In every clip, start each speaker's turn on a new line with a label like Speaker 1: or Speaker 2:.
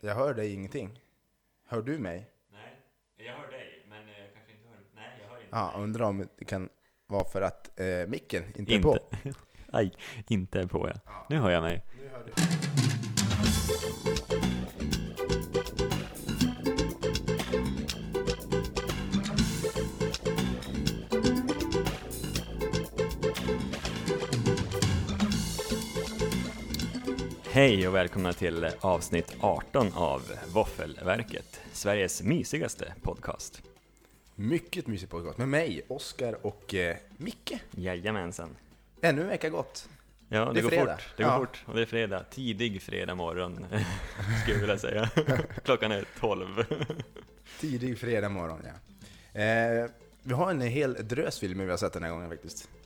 Speaker 1: Jag hör dig ingenting. Hör du mig?
Speaker 2: Nej, jag hör dig, men jag kanske inte hör... Nej, jag hör inte.
Speaker 1: Ja, undrar om det kan vara för att eh, micken inte, är på.
Speaker 2: Nej, inte på ja. Nu hör jag mig.
Speaker 1: Nu hör du.
Speaker 2: Hej och välkomna till avsnitt 18 av Våffelverket, Sveriges mysigaste podcast.
Speaker 1: Mycket mysig podcast med mig, Oskar och eh, Micke.
Speaker 2: Jajamensan.
Speaker 1: Ännu en vecka gått.
Speaker 2: Ja, det,
Speaker 1: Det är
Speaker 2: går
Speaker 1: fredag.
Speaker 2: fort. Det går
Speaker 1: Ja.
Speaker 2: fort. Och det är fredag. Tidig fredag morgon, skulle jag vilja säga. Klockan är 12.
Speaker 1: Tidig fredag morgon, ja. Eh, vi har en hel drös filmer vi har sett den här gången faktiskt.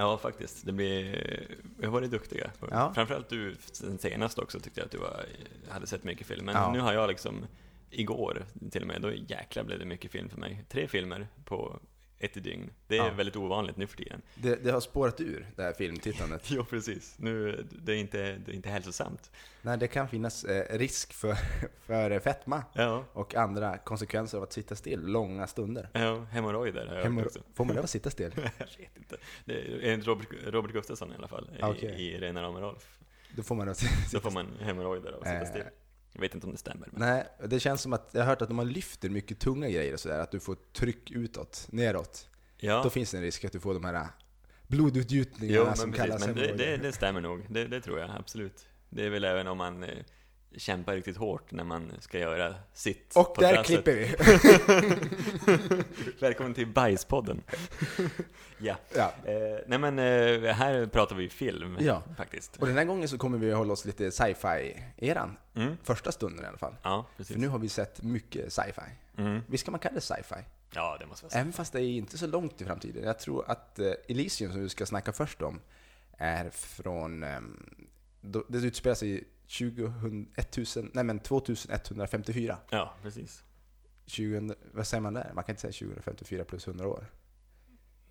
Speaker 2: Ja, faktiskt. Det blir... Vi har varit duktiga.
Speaker 1: Ja.
Speaker 2: Framförallt du sen senast också tyckte jag att du var, hade sett mycket film. Men
Speaker 1: Ja.
Speaker 2: nu har jag liksom, igår till och med, då jäklar blev det mycket film för mig. Tre filmer på ett dygn. Det är
Speaker 1: Ja.
Speaker 2: väldigt ovanligt nu för tiden.
Speaker 1: Det, det har spårat ur, det här filmtittandet.
Speaker 2: Ja, precis. Nu, det, är inte, det är inte hälsosamt.
Speaker 1: Nej, det kan finnas eh, risk för, för eh, fetma
Speaker 2: Ja,
Speaker 1: och andra konsekvenser av att sitta still långa stunder.
Speaker 2: ja hemorrojder har jag hört också.
Speaker 1: Hemorro- Får man lov att sitta still?
Speaker 2: Jag vet inte. Det är enligt Robert, Robert Gustafsson i alla fall, i-
Speaker 1: Okej.
Speaker 2: i Rena rama Rolf.
Speaker 1: Då får man lov att sitta
Speaker 2: Så får man hemorrojder av att sitta
Speaker 1: Eh.
Speaker 2: still. Jag vet inte om det stämmer. Men...
Speaker 1: Nej, det känns som att jag har hört att när man lyfter mycket tunga grejer och sådär, att du får tryck utåt, neråt. Då
Speaker 2: Ja,
Speaker 1: finns det en risk att du får de här äh,
Speaker 2: jo,
Speaker 1: blodutgjutningarna som
Speaker 2: men, precis,
Speaker 1: kallas
Speaker 2: men det, det,
Speaker 1: hemorrojder.
Speaker 2: det stämmer nog. Det, det tror jag absolut. Det är väl även om man eh, kämpar riktigt hårt när man ska göra sitt
Speaker 1: Och
Speaker 2: på
Speaker 1: där
Speaker 2: terrasset.
Speaker 1: klipper vi!
Speaker 2: Välkommen till Bajspodden. ja.
Speaker 1: Ja.
Speaker 2: Eh, nej men eh, här pratar vi ju film
Speaker 1: Ja.
Speaker 2: faktiskt.
Speaker 1: Och den här gången så kommer vi hålla oss lite sci-fi-eran.
Speaker 2: Mm.
Speaker 1: Första stunden i alla fall.
Speaker 2: Ja,
Speaker 1: För
Speaker 2: precis.
Speaker 1: nu har vi sett mycket sci-fi.
Speaker 2: Mm.
Speaker 1: Visst kan man kalla det sci-fi?
Speaker 2: Ja, det måste vara så.
Speaker 1: Även fast det är inte så långt i framtiden. Jag tror att eh, Elysium som vi ska snacka först om är från... ehm, då- Det utspelar sig 2000, 1000, nej men 2154.
Speaker 2: Ja, precis.
Speaker 1: 2000, vad säger man där? Man kan inte säga 2054 plus 100 år.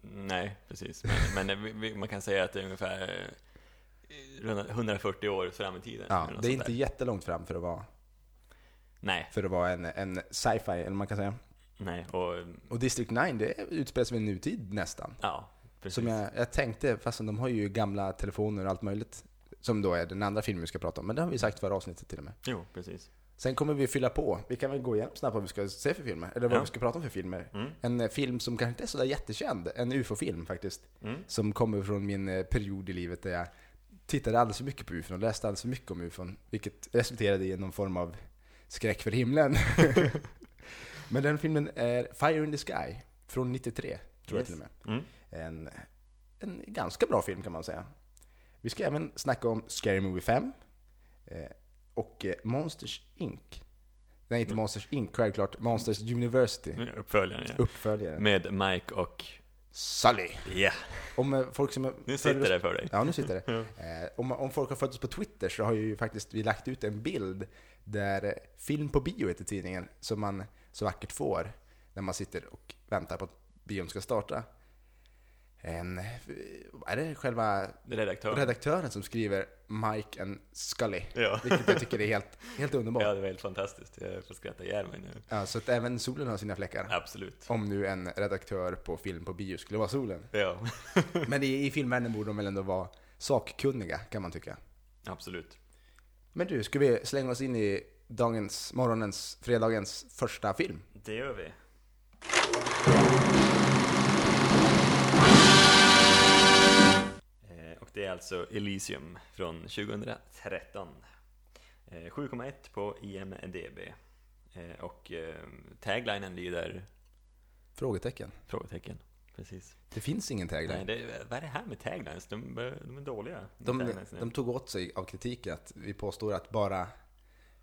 Speaker 2: Nej, precis. Men, men vi- vi- man kan säga att det är ungefär eh, runt 140 år fram i tiden.
Speaker 1: Ja,
Speaker 2: eller något
Speaker 1: det är
Speaker 2: sånt
Speaker 1: inte
Speaker 2: där.
Speaker 1: jättelångt fram för att vara,
Speaker 2: Nej,
Speaker 1: för att vara en, en sci-fi, eller man kan säga.
Speaker 2: nej, och
Speaker 1: Och District 9, det utspelar sig i nutid nästan.
Speaker 2: ja, precis.
Speaker 1: Som jag, jag tänkte, fastän de har ju gamla telefoner och allt möjligt. Som då är den andra filmen vi ska prata om, men det har vi sagt förra avsnittet till och med.
Speaker 2: Jo, precis.
Speaker 1: Sen kommer vi fylla på. Vi kan väl gå igenom snabbt vad vi ska se för filmer, eller vad
Speaker 2: Ja.
Speaker 1: vi ska prata om för filmer.
Speaker 2: Mm.
Speaker 1: En eh, film som kanske inte är sådär jättekänd, en ufo-film faktiskt.
Speaker 2: Mm.
Speaker 1: Som kommer från min eh, period i livet där jag tittade alldeles för mycket på ufon och läste alldeles för mycket om ufon. Vilket resulterade i någon form av skräck för himlen. Men den filmen är Fire in the Sky, från 93, tror jag
Speaker 2: Yes.
Speaker 1: till och med.
Speaker 2: Mm.
Speaker 1: En, en ganska bra film kan man säga. Vi ska även snacka om Scary Movie 5 eh, och eh, Monsters Inc. Nej,
Speaker 2: Mm.
Speaker 1: inte Monsters Inc, självklart. Monsters University,
Speaker 2: Nu är Uppföljaren, ja.
Speaker 1: uppföljaren.
Speaker 2: Med Mike och...
Speaker 1: Sully!
Speaker 2: Ja,
Speaker 1: Om eh, folk som...
Speaker 2: nu sitter det för dig.
Speaker 1: Ja, nu sitter det. Eh, om, om folk har följt oss på Twitter så har ju faktiskt vi lagt ut en bild där eh, film på bio heter tidningen, som man så vackert får när man sitter och väntar på att bion ska starta. En, eh, är det själva
Speaker 2: Redaktör.
Speaker 1: redaktören som skriver Mike and Scully?
Speaker 2: Ja.
Speaker 1: Vilket jag tycker är helt, helt underbart.
Speaker 2: ja,
Speaker 1: Ja.
Speaker 2: det var helt fantastiskt. Jag får skratta ihjäl mig nu.
Speaker 1: så att även solen har sina fläckar.
Speaker 2: Absolut.
Speaker 1: Om nu en redaktör på film på bio skulle vara solen.
Speaker 2: Ja,
Speaker 1: Men i, i filmvärlden borde de väl ändå vara sakkunniga, kan man tycka.
Speaker 2: absolut.
Speaker 1: Men du, ska vi slänga oss in i dagens, morgonens, fredagens första film?
Speaker 2: Det gör vi. Eh, Och det är alltså Elysium från 2013. Eh, 7,1 på IMDB. Eh, Och eh, taglinen lyder...
Speaker 1: Frågetecken.
Speaker 2: Frågetecken. Precis.
Speaker 1: Det finns ingen
Speaker 2: Nej,
Speaker 1: tagline.
Speaker 2: det, vad är det här med taglines? De, bör- de är dåliga. med
Speaker 1: De,
Speaker 2: taglines nu.
Speaker 1: de tog åt sig av kritiken att vi påstår att bara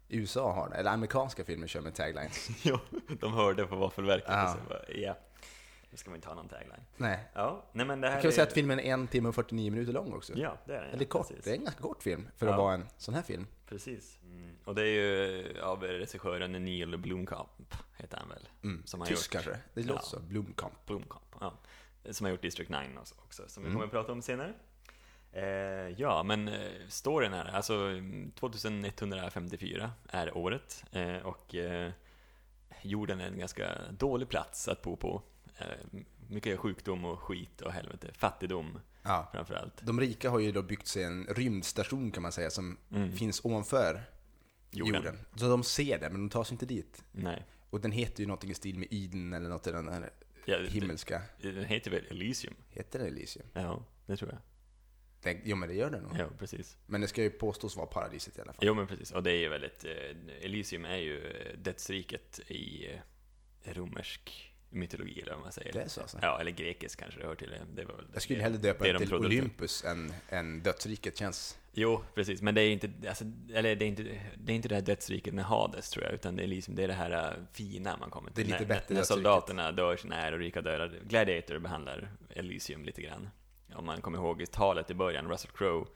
Speaker 1: USA har det, eller amerikanska filmer kör med taglines.
Speaker 2: ja, de hörde på våffelverket
Speaker 1: Alltså, Ja.
Speaker 2: och så bara, ja. Nu ska man inte ha någon tagline.
Speaker 1: Nej.
Speaker 2: Ja, nej men det här
Speaker 1: Jag kan väl säga
Speaker 2: är-
Speaker 1: att filmen är en timme och 49 minuter lång också.
Speaker 2: Ja, det är den, ja,
Speaker 1: eller kort.
Speaker 2: precis.
Speaker 1: Det är en ganska kort film för att
Speaker 2: Ja.
Speaker 1: vara en sån här film.
Speaker 2: Precis. Mm. Och det är ju av regissören Neil Blomkamp, heter han väl? Som har
Speaker 1: Mm, Tysk
Speaker 2: gjort
Speaker 1: kanske? Det låter så. Blomkamp. Mm.
Speaker 2: Blomkamp, ja. Som har gjort District 9 också, som vi kommer att prata om senare. Eh, ja, men eh, storyn här, alltså mm, 2154 är året eh, och eh, jorden är en ganska dålig plats att bo på. Eh, mycket sjukdom och skit och helvete, fattigdom
Speaker 1: Ja.
Speaker 2: framförallt.
Speaker 1: De rika har ju då byggt sig en rymdstation kan man säga, som finns ovanför jorden.
Speaker 2: Mm. Jorden.
Speaker 1: Så de ser den, men de tar sig inte dit.
Speaker 2: Nej,
Speaker 1: Och den heter ju någonting i stil med Iden eller något i den här
Speaker 2: ja, det-
Speaker 1: himmelska.
Speaker 2: den heter väl Elysium?
Speaker 1: Heter den Elysium?
Speaker 2: Ja, det tror jag.
Speaker 1: Den, jo men det gör den nog.
Speaker 2: Ja, precis.
Speaker 1: Men det ska ju påstås vara paradiset i alla fall.
Speaker 2: Jo men precis, och det är ju väldigt, eh, Elysium är ju eh, dödsriket i eh, romersk mytologi eller vad man säger.
Speaker 1: Det är så alltså?
Speaker 2: Ja, eller grekisk kanske det hör till. Det var väl
Speaker 1: Jag skulle
Speaker 2: det-
Speaker 1: hellre döpa
Speaker 2: det
Speaker 1: den
Speaker 2: de
Speaker 1: till
Speaker 2: trodde det.
Speaker 1: Olympus än, än dödsriket känns.
Speaker 2: Jo, precis, men det är inte, alltså, eller det är inte, det är inte det här dödsriket med Hades tror jag, utan det är, liksom, det, är det här eh, fina man kommer till.
Speaker 1: Det är lite
Speaker 2: när,
Speaker 1: bättre
Speaker 2: när
Speaker 1: dödsriket.
Speaker 2: soldaterna dör sina ärorika dödar. Gladiator behandlar Elysium lite grann. Om man kommer ihåg i talet i början, Russell Crowe,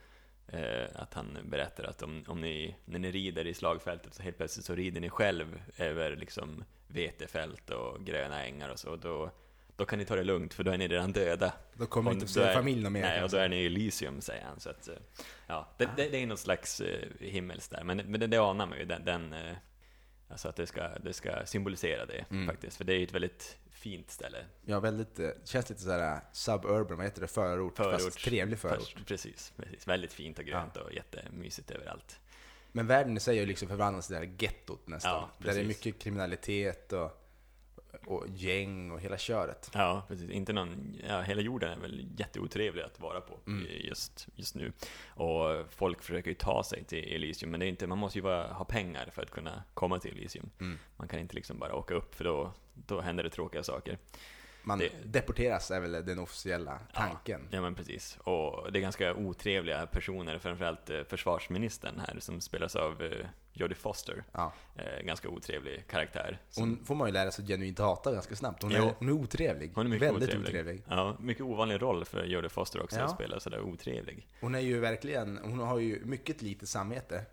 Speaker 2: eh, att han berättar att om, om ni, när ni rider i slagfältet så helt plötsligt så rider ni själv över liksom vetefält och gröna ängar och så, och då, då kan ni ta det lugnt för då är ni redan döda.
Speaker 1: Då kommer
Speaker 2: Och
Speaker 1: inte
Speaker 2: då
Speaker 1: se
Speaker 2: är-
Speaker 1: familjen mer.
Speaker 2: Nej, alltså- och då
Speaker 1: kan jag säga.
Speaker 2: är ni i Elysium, säger han. Så att, eh, ja, det, det, det är något slags eh, himmels där, men, men det, det anar man ju. Den, den, eh, alltså att det ska, det ska symbolisera det
Speaker 1: Mm.
Speaker 2: faktiskt, för det är ju ett väldigt fint ställe.
Speaker 1: Ja, väldigt, eh, känns lite sådär suburban, vad heter det, förort, fast
Speaker 2: Förort.
Speaker 1: trevlig förort.
Speaker 2: Först- Precis, precis, väldigt fint och grönt och jättemysigt överallt.
Speaker 1: Men världen i sig har ju liksom förvandlats till det här gettot nästan.
Speaker 2: Ja,
Speaker 1: där det är
Speaker 2: precis.
Speaker 1: mycket kriminalitet och, och gäng och hela köret.
Speaker 2: Ja, precis. Inte någon, ja, hela jorden är väl jätteotrevlig att vara på
Speaker 1: Mm.
Speaker 2: eh, just, just nu. Och folk försöker ju ta sig till Elysium, men det är inte, man måste ju vara, ha pengar för att kunna komma till Elysium.
Speaker 1: Mm.
Speaker 2: Man kan inte liksom bara åka upp, för då, då händer det tråkiga saker.
Speaker 1: Man
Speaker 2: Det-
Speaker 1: deporteras är väl den officiella tanken.
Speaker 2: Ja, men precis. Och det är ganska otrevliga personer, framförallt eh, försvarsministern här, som spelas av eh, Jodie Foster.
Speaker 1: Ja.
Speaker 2: Eh, Ganska otrevlig karaktär. Så-
Speaker 1: Hon får man ju lära sig att genuint hata ganska snabbt. Hon är,
Speaker 2: Jo.
Speaker 1: hon är otrevlig.
Speaker 2: Hon är mycket
Speaker 1: väldigt
Speaker 2: otrevlig. Ja, mycket ovanlig roll för Jodie Foster också,
Speaker 1: Ja.
Speaker 2: att spela sådär otrevlig.
Speaker 1: Hon är ju verkligen, hon har ju mycket lite samvete.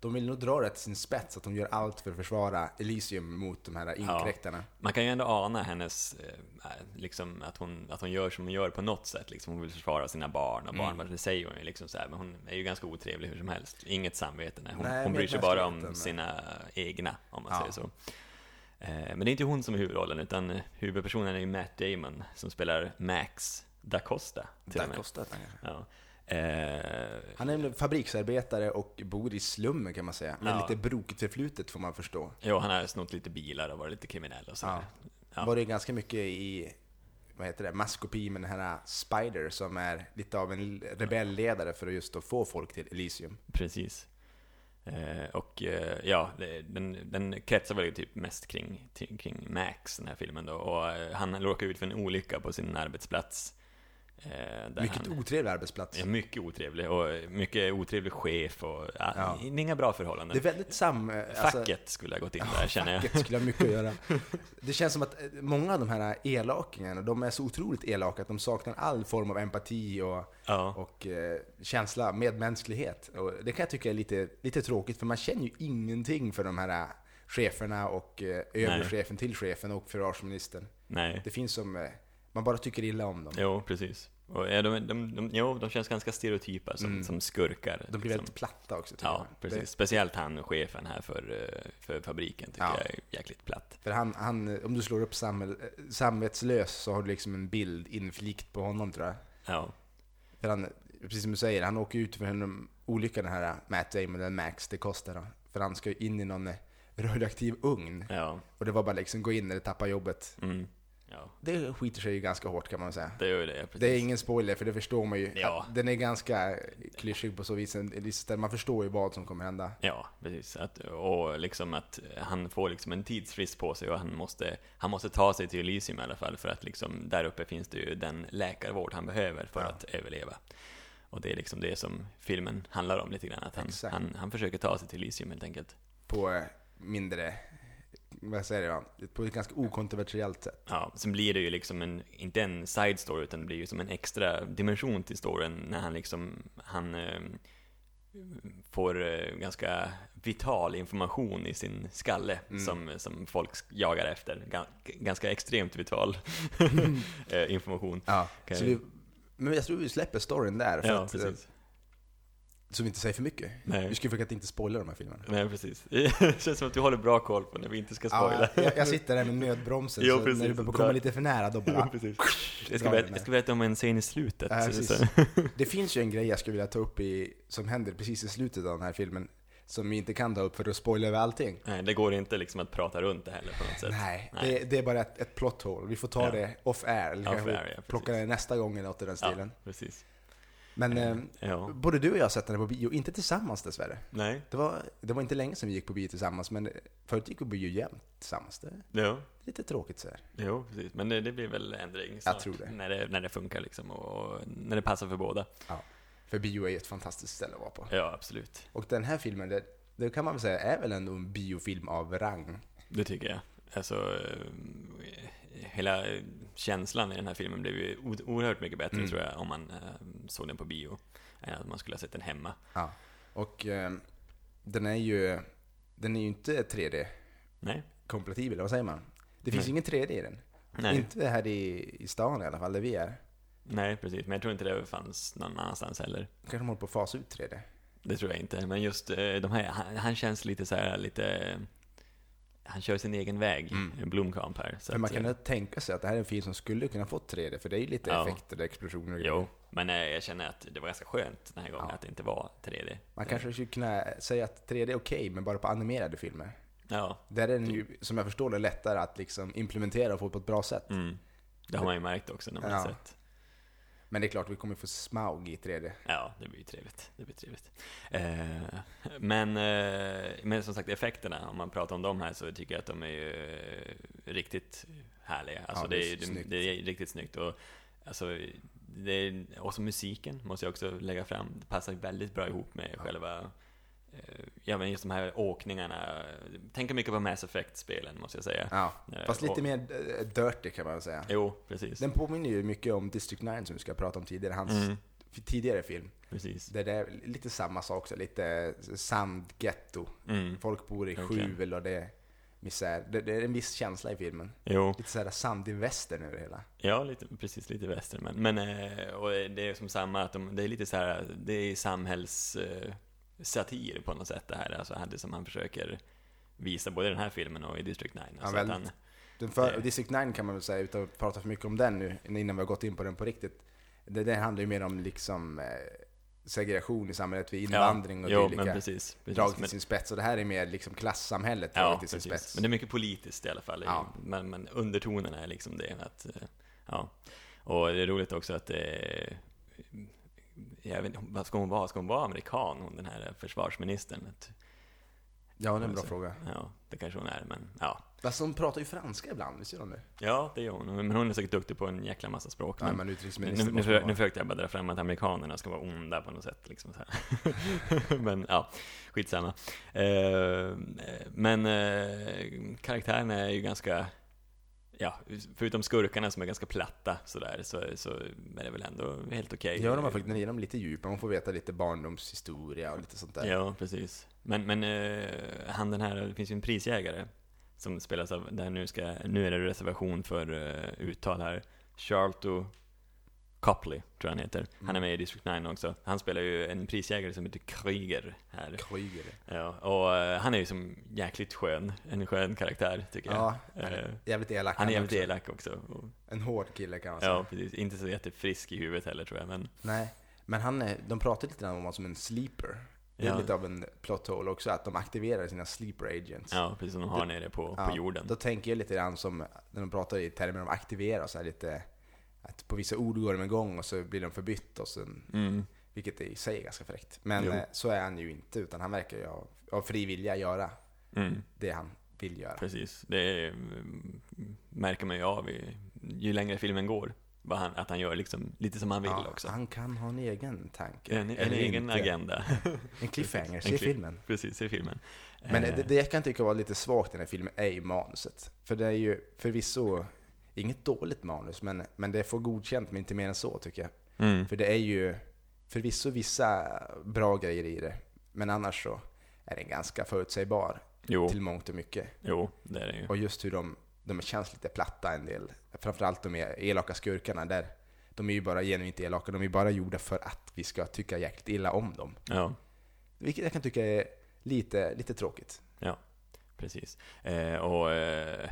Speaker 1: De vill nog dra det till sin spets att hon gör allt för att försvara Elysium mot de här inkräktarna.
Speaker 2: Man kan ju ändå ana hennes, eh, liksom att hon, att hon gör som hon gör på något sätt. Liksom. Hon vill försvara sina barn och barn, det säger hon ju liksom så här, men hon är ju ganska otrevlig hur som helst. Inget samvete, nej. Hon,
Speaker 1: Nej,
Speaker 2: hon bryr sig bara om
Speaker 1: medmänskligheten.
Speaker 2: sina egna, om man
Speaker 1: Ja.
Speaker 2: säger så. Eh, men det är inte hon som är huvudrollen, utan eh, huvudpersonen är ju Matt Damon, som spelar Max da Costa. Till och
Speaker 1: Där
Speaker 2: med.
Speaker 1: kostar det pengar.
Speaker 2: Ja. Eh,
Speaker 1: Han är en fabriksarbetare och bor i slummen kan man säga. Med
Speaker 2: Ja.
Speaker 1: lite brokigt förflutet får man förstå.
Speaker 2: jo, han har snott lite bilar och varit lite kriminell och sådär. Ja.
Speaker 1: Var det ganska mycket i, vad heter det, maskopi med den här Spider som är lite av en rebellledare för att just då få folk till Elysium.
Speaker 2: Precis. Eh, och eh, ja, det- den, den kretsar väl typ mest kring, ti- kring Max, den här filmen då. Och eh, han råkar ut för en olycka på sin arbetsplats. Eh, där
Speaker 1: Mycket
Speaker 2: han,
Speaker 1: otrevlig arbetsplats.
Speaker 2: ja, mycket otrevlig, och eh, mycket otrevlig chef och ja,
Speaker 1: Ja.
Speaker 2: inga bra förhållanden.
Speaker 1: Det är väldigt sam... alltså-
Speaker 2: Facket skulle ha gått in där känner jag.
Speaker 1: Facket skulle ha mycket att göra. Det känns som att eh, många av de här elakingarna, de är så otroligt elaka att de saknar all form av empati och,
Speaker 2: Ja,
Speaker 1: och eh, känsla, medmänsklighet. Och det kan jag tycka är lite, lite tråkigt, för man känner ju ingenting för de här eh, cheferna och eh, överchefen till chefen och försvarsministern.
Speaker 2: nej.
Speaker 1: Det finns som, eh, man bara tycker illa om dem.
Speaker 2: Jo, precis. Och, ja, de, de, de, jo, de känns ganska stereotypa som, som skurkar.
Speaker 1: Mm. De blir
Speaker 2: som-
Speaker 1: väldigt platta också tycker
Speaker 2: Ja,
Speaker 1: jag.
Speaker 2: precis. Speciellt han, chefen här för, eh, för fabriken, tycker
Speaker 1: Ja.
Speaker 2: jag är jäkligt platt.
Speaker 1: Det- För han, han, eh, om du slår upp samhäll, eh, samvetslös så har du liksom en bild inflikt på honom tror jag.
Speaker 2: Ja,
Speaker 1: För han, precis som du säger, han åker ut för en olycka den här Matt Damon, den Max, det kostar då. För han ska ju in i någon eh, radioaktiv ugn.
Speaker 2: ja,
Speaker 1: Och det var bara liksom gå in eller tappa jobbet.
Speaker 2: mm, ja.
Speaker 1: Det skiter sig ju ganska hårt kan man säga.
Speaker 2: Det är ju det, precis.
Speaker 1: Det är ingen spoiler för det förstår man ju.
Speaker 2: Ja.
Speaker 1: Att Den är ganska klyschig på så vis. en- lista. Man förstår ju vad som kommer hända.
Speaker 2: Ja, precis. Att, och liksom att han får liksom en tidsfrist på sig och han måste, han måste ta sig till Elysium i alla fall för att liksom, där uppe finns det ju den läkarvård han behöver för
Speaker 1: Ja.
Speaker 2: att överleva. Och det är liksom det som filmen handlar om lite grann, att han,
Speaker 1: Exakt.
Speaker 2: han, han försöker ta sig till Elysium helt enkelt.
Speaker 1: På eh, mindre, vad säger jag, på ett ganska okontroversiellt sätt.
Speaker 2: Ja, sen blir det ju liksom en, inte en side story, utan det blir ju som en extra dimension till storyn när han liksom, han eh, får eh, ganska vital information i sin skalle
Speaker 1: Mm.
Speaker 2: som, som folk jagar efter. Gan- ganska extremt vital eh, information.
Speaker 1: Ja.
Speaker 2: Okej.
Speaker 1: Mm. Så vi Men jag tror vi släpper storyn där, för
Speaker 2: Ja,
Speaker 1: att, eh,
Speaker 2: precis.
Speaker 1: så vi inte säger för mycket. Vi
Speaker 2: Nej,
Speaker 1: ska försöka att inte spoila de här filmerna.
Speaker 2: nej precis. Det känns som att du håller bra koll på när vi inte ska spoila.
Speaker 1: Ja, jag, jag sitter där med nödbromsen,
Speaker 2: Jo,
Speaker 1: så
Speaker 2: precis.
Speaker 1: när du börjar
Speaker 2: Bra.
Speaker 1: komma lite för nära då
Speaker 2: Ja,
Speaker 1: bara...
Speaker 2: precis. Jag ska, berätta,
Speaker 1: Dra den
Speaker 2: jag
Speaker 1: där.
Speaker 2: ska berätta om en scen i slutet.
Speaker 1: Ja,
Speaker 2: så-
Speaker 1: precis.
Speaker 2: så-
Speaker 1: Det finns ju en grej jag skulle vilja ta upp i, som händer precis i slutet av den här filmen, som vi inte kan ta upp för att spoila över allting.
Speaker 2: Nej, det går inte liksom att prata runt det heller på något sätt.
Speaker 1: Nej,
Speaker 2: Nej.
Speaker 1: Det, det är bara ett, ett plot hole. Vi får ta
Speaker 2: Ja.
Speaker 1: det off air, eller
Speaker 2: Off
Speaker 1: kanske
Speaker 2: air, ja, precis.
Speaker 1: plocka det nästa gång eller något i den stilen.
Speaker 2: Ja, Mm. precis.
Speaker 1: Men eh,
Speaker 2: Ja.
Speaker 1: både du och jag har sett den här på bio, inte tillsammans dessvärre.
Speaker 2: Nej.
Speaker 1: Det var, det var inte länge sedan vi gick på bio tillsammans, men förut gick vi på bio jämt tillsammans. Det är
Speaker 2: Jo.
Speaker 1: lite tråkigt så här.
Speaker 2: jo, precis. Men det, det blir väl ändring snart.
Speaker 1: tror det.
Speaker 2: När det, när det funkar liksom och, och när det passar för båda.
Speaker 1: För bio är ju ett fantastiskt ställe att vara på.
Speaker 2: Ja, absolut.
Speaker 1: Och den här filmen, det, det kan man väl säga, är väl ändå en biofilm av rang.
Speaker 2: Det tycker jag. Alltså, eh, hela känslan i den här filmen blev ju o- oerhört mycket bättre
Speaker 1: Mm.
Speaker 2: tror jag om man eh, såg den på bio. Än att man skulle ha sett den hemma.
Speaker 1: Ja. Och eh, den är ju den är ju inte 3D-kompatibel,
Speaker 2: Nej.
Speaker 1: vad säger man? Det finns
Speaker 2: Nej.
Speaker 1: ingen 3D i den.
Speaker 2: Nej.
Speaker 1: Inte här i, i stan i alla fall, där vi är.
Speaker 2: Nej, precis. Men jag tror inte det fanns någon annanstans heller.
Speaker 1: Kanske de håller på att fasa ut 3D.
Speaker 2: Det tror jag inte, men just eh, de här, han, han känns lite så här, lite... Han kör sin egen väg, eh,
Speaker 1: Mm.
Speaker 2: Blomkamp här. Så
Speaker 1: Men man
Speaker 2: att,
Speaker 1: kan
Speaker 2: eh,
Speaker 1: ju tänka sig att det här är en film som skulle kunna fått 3D, för det är ju lite
Speaker 2: Ja.
Speaker 1: effekter, det är explosioner och grejer.
Speaker 2: Jo, men eh, jag känner att det var ganska skönt den här gången
Speaker 1: Ja.
Speaker 2: att det inte var 3D.
Speaker 1: Man kanske skulle kunna säga att 3D är okej, men bara på animerade filmer.
Speaker 2: Ja,
Speaker 1: Där är den ju, som jag förstår det, lättare att liksom implementera och få på ett bra sätt.
Speaker 2: mm. det har man ju märkt också när man har
Speaker 1: Ja.
Speaker 2: sett.
Speaker 1: Men det är klart, vi kommer få Smaug i 3D.
Speaker 2: Ja, det blir ju trevligt. Det blir trevligt. Eh, men, eh, men som sagt, effekterna, om man pratar om dem här så tycker jag att de är ju eh, riktigt härliga. Alltså,
Speaker 1: Ja,
Speaker 2: det,
Speaker 1: det är
Speaker 2: är, ju-
Speaker 1: snyggt.
Speaker 2: det är riktigt snyggt. Och, alltså, det är, också musiken måste jag också lägga fram. Det passar väldigt bra ihop med själva eh, Ja men just de här åkningarna, tänker mycket på Mass Effect-spelen måste jag säga.
Speaker 1: Ja,
Speaker 2: Eh,
Speaker 1: fast lite
Speaker 2: och-
Speaker 1: mer eh, dirty kan man väl säga.
Speaker 2: Jo, precis.
Speaker 1: Den påminner ju mycket om District 9 som vi ska prata om tidigare, hans
Speaker 2: Mm,
Speaker 1: f- tidigare film.
Speaker 2: precis.
Speaker 1: Där det är lite samma sak, så lite sandgetto.
Speaker 2: Mm,
Speaker 1: Folk bor i
Speaker 2: Okej.
Speaker 1: skjul och det är misär. Det, det är en viss känsla i filmen.
Speaker 2: jo.
Speaker 1: Lite såhär sandig västern över det hela.
Speaker 2: Ja, lite, precis, lite väster. Men, men eh, och det är som samma, att de, det är lite så här, det är samhällssatir satir på något sätt det här. Alltså det som han försöker visa både i den här filmen och i District 9. Alltså, att
Speaker 1: väldigt.
Speaker 2: han,
Speaker 1: Den för,
Speaker 2: Eh.
Speaker 1: och District 9 kan man väl säga, utan att prata för mycket om den nu, innan vi har gått in på den på riktigt. Det, det handlar ju mer om liksom eh, segregation i samhället, vid invandring och
Speaker 2: ja, jo,
Speaker 1: dylika.
Speaker 2: men precis.
Speaker 1: Draget
Speaker 2: precis
Speaker 1: till
Speaker 2: men,
Speaker 1: sin spets, och det här är mer liksom klassamhället draget
Speaker 2: ja,
Speaker 1: till sin
Speaker 2: precis.
Speaker 1: spets.
Speaker 2: men det är mycket politiskt i alla fall.
Speaker 1: Ja.
Speaker 2: Men, men undertonerna är liksom det. Att, eh, ja. Och det är roligt också att eh, jag vet, inte, vad ska hon vara? Ska hon vara amerikan, hon den här försvarsministern? Att,
Speaker 1: Ja, det är en bra fråga.
Speaker 2: ja, det kanske hon är, men ja.
Speaker 1: Fast hon pratar ju franska ibland, visst gör hon det?
Speaker 2: Ja, det gör hon. Men hon är säkert duktig på en jäkla massa språk.
Speaker 1: Ja,
Speaker 2: men
Speaker 1: men
Speaker 2: nu,
Speaker 1: utrikesminister
Speaker 2: nu, nu,
Speaker 1: måste
Speaker 2: för-
Speaker 1: hon
Speaker 2: nu
Speaker 1: vara.
Speaker 2: försökte jag bara dra fram att amerikanerna ska vara onda på något sätt. Liksom så här. men ja, skitsamma. Eh, men eh, karaktärerna är ju ganska, ja, förutom skurkarna som är ganska platta sådär, så, så är det väl ändå helt okej.
Speaker 1: Ja, de har faktiskt ner dem lite djupa, man får veta lite barndomshistoria och lite sånt där.
Speaker 2: Ja, precis. Men, men eh, han den här, det finns ju en prisjägare som spelas av, där nu, ska, nu är det reservation för eh, uttal här, Charlto Copley, tror jag han heter. Han
Speaker 1: Mm.
Speaker 2: är med i District 9 också. Han spelar ju en prisjägare som heter Kryger här.
Speaker 1: Kryger.
Speaker 2: Ja, och eh, han är ju som jäkligt skön, en skön karaktär tycker jag.
Speaker 1: Ja,
Speaker 2: Eh,
Speaker 1: jävligt elak.
Speaker 2: han är jävligt
Speaker 1: också. Alltså.
Speaker 2: elak också. Och,
Speaker 1: En hård kille kan man säga.
Speaker 2: ja, precis. Inte så jättefrisk i huvudet heller tror jag, men
Speaker 1: Nej, men han är, de pratar lite grann om honom som en sleeper. Det är
Speaker 2: Ja.
Speaker 1: lite av en plot hole också, att de aktiverar sina sleeper agents.
Speaker 2: ja, precis som de har nere på,
Speaker 1: Ja,
Speaker 2: på jorden.
Speaker 1: Då tänker jag lite grann som när de pratar i termer om aktivera, så här lite att på vissa ord går de igång och så blir de förbytt och sen,
Speaker 2: Mm.
Speaker 1: vilket i sig är ganska fräckt. Men
Speaker 2: Jo.
Speaker 1: eh, så är han ju inte, utan han verkar ju av, av fri vilja göra
Speaker 2: Mm.
Speaker 1: det han vill göra.
Speaker 2: Precis, det är, mm, märker man ju av i, ju längre filmen går. Vad han, att han gör liksom lite som han vill
Speaker 1: Ja,
Speaker 2: också.
Speaker 1: Han kan ha en egen tanke.
Speaker 2: en en
Speaker 1: eller
Speaker 2: egen
Speaker 1: inte.
Speaker 2: agenda.
Speaker 1: En cliffhanger,
Speaker 2: Eh, En
Speaker 1: se
Speaker 2: cliff-
Speaker 1: filmen.
Speaker 2: Precis, i filmen.
Speaker 1: Men
Speaker 2: Eh,
Speaker 1: det, det jag kan tycka var lite svagt i den här filmen är ju manuset. För det är ju förvisso inget dåligt manus, men, men det får godkänt, men inte mer än så tycker jag.
Speaker 2: mm,
Speaker 1: För det är ju förvisso vissa bra grejer i det, men annars så är den ganska förutsägbar
Speaker 2: jo,
Speaker 1: till mångt och mycket.
Speaker 2: jo, det är det ju.
Speaker 1: Och just hur de, de känns lite platta en del. Framförallt de elaka skurkarna där. de är ju bara genuint elaka, de är ju bara gjorda för att vi ska tycka jäkligt illa om dem.
Speaker 2: Ja,
Speaker 1: Vilket jag kan tycka är lite, lite tråkigt.
Speaker 2: precis. Eh, och eh,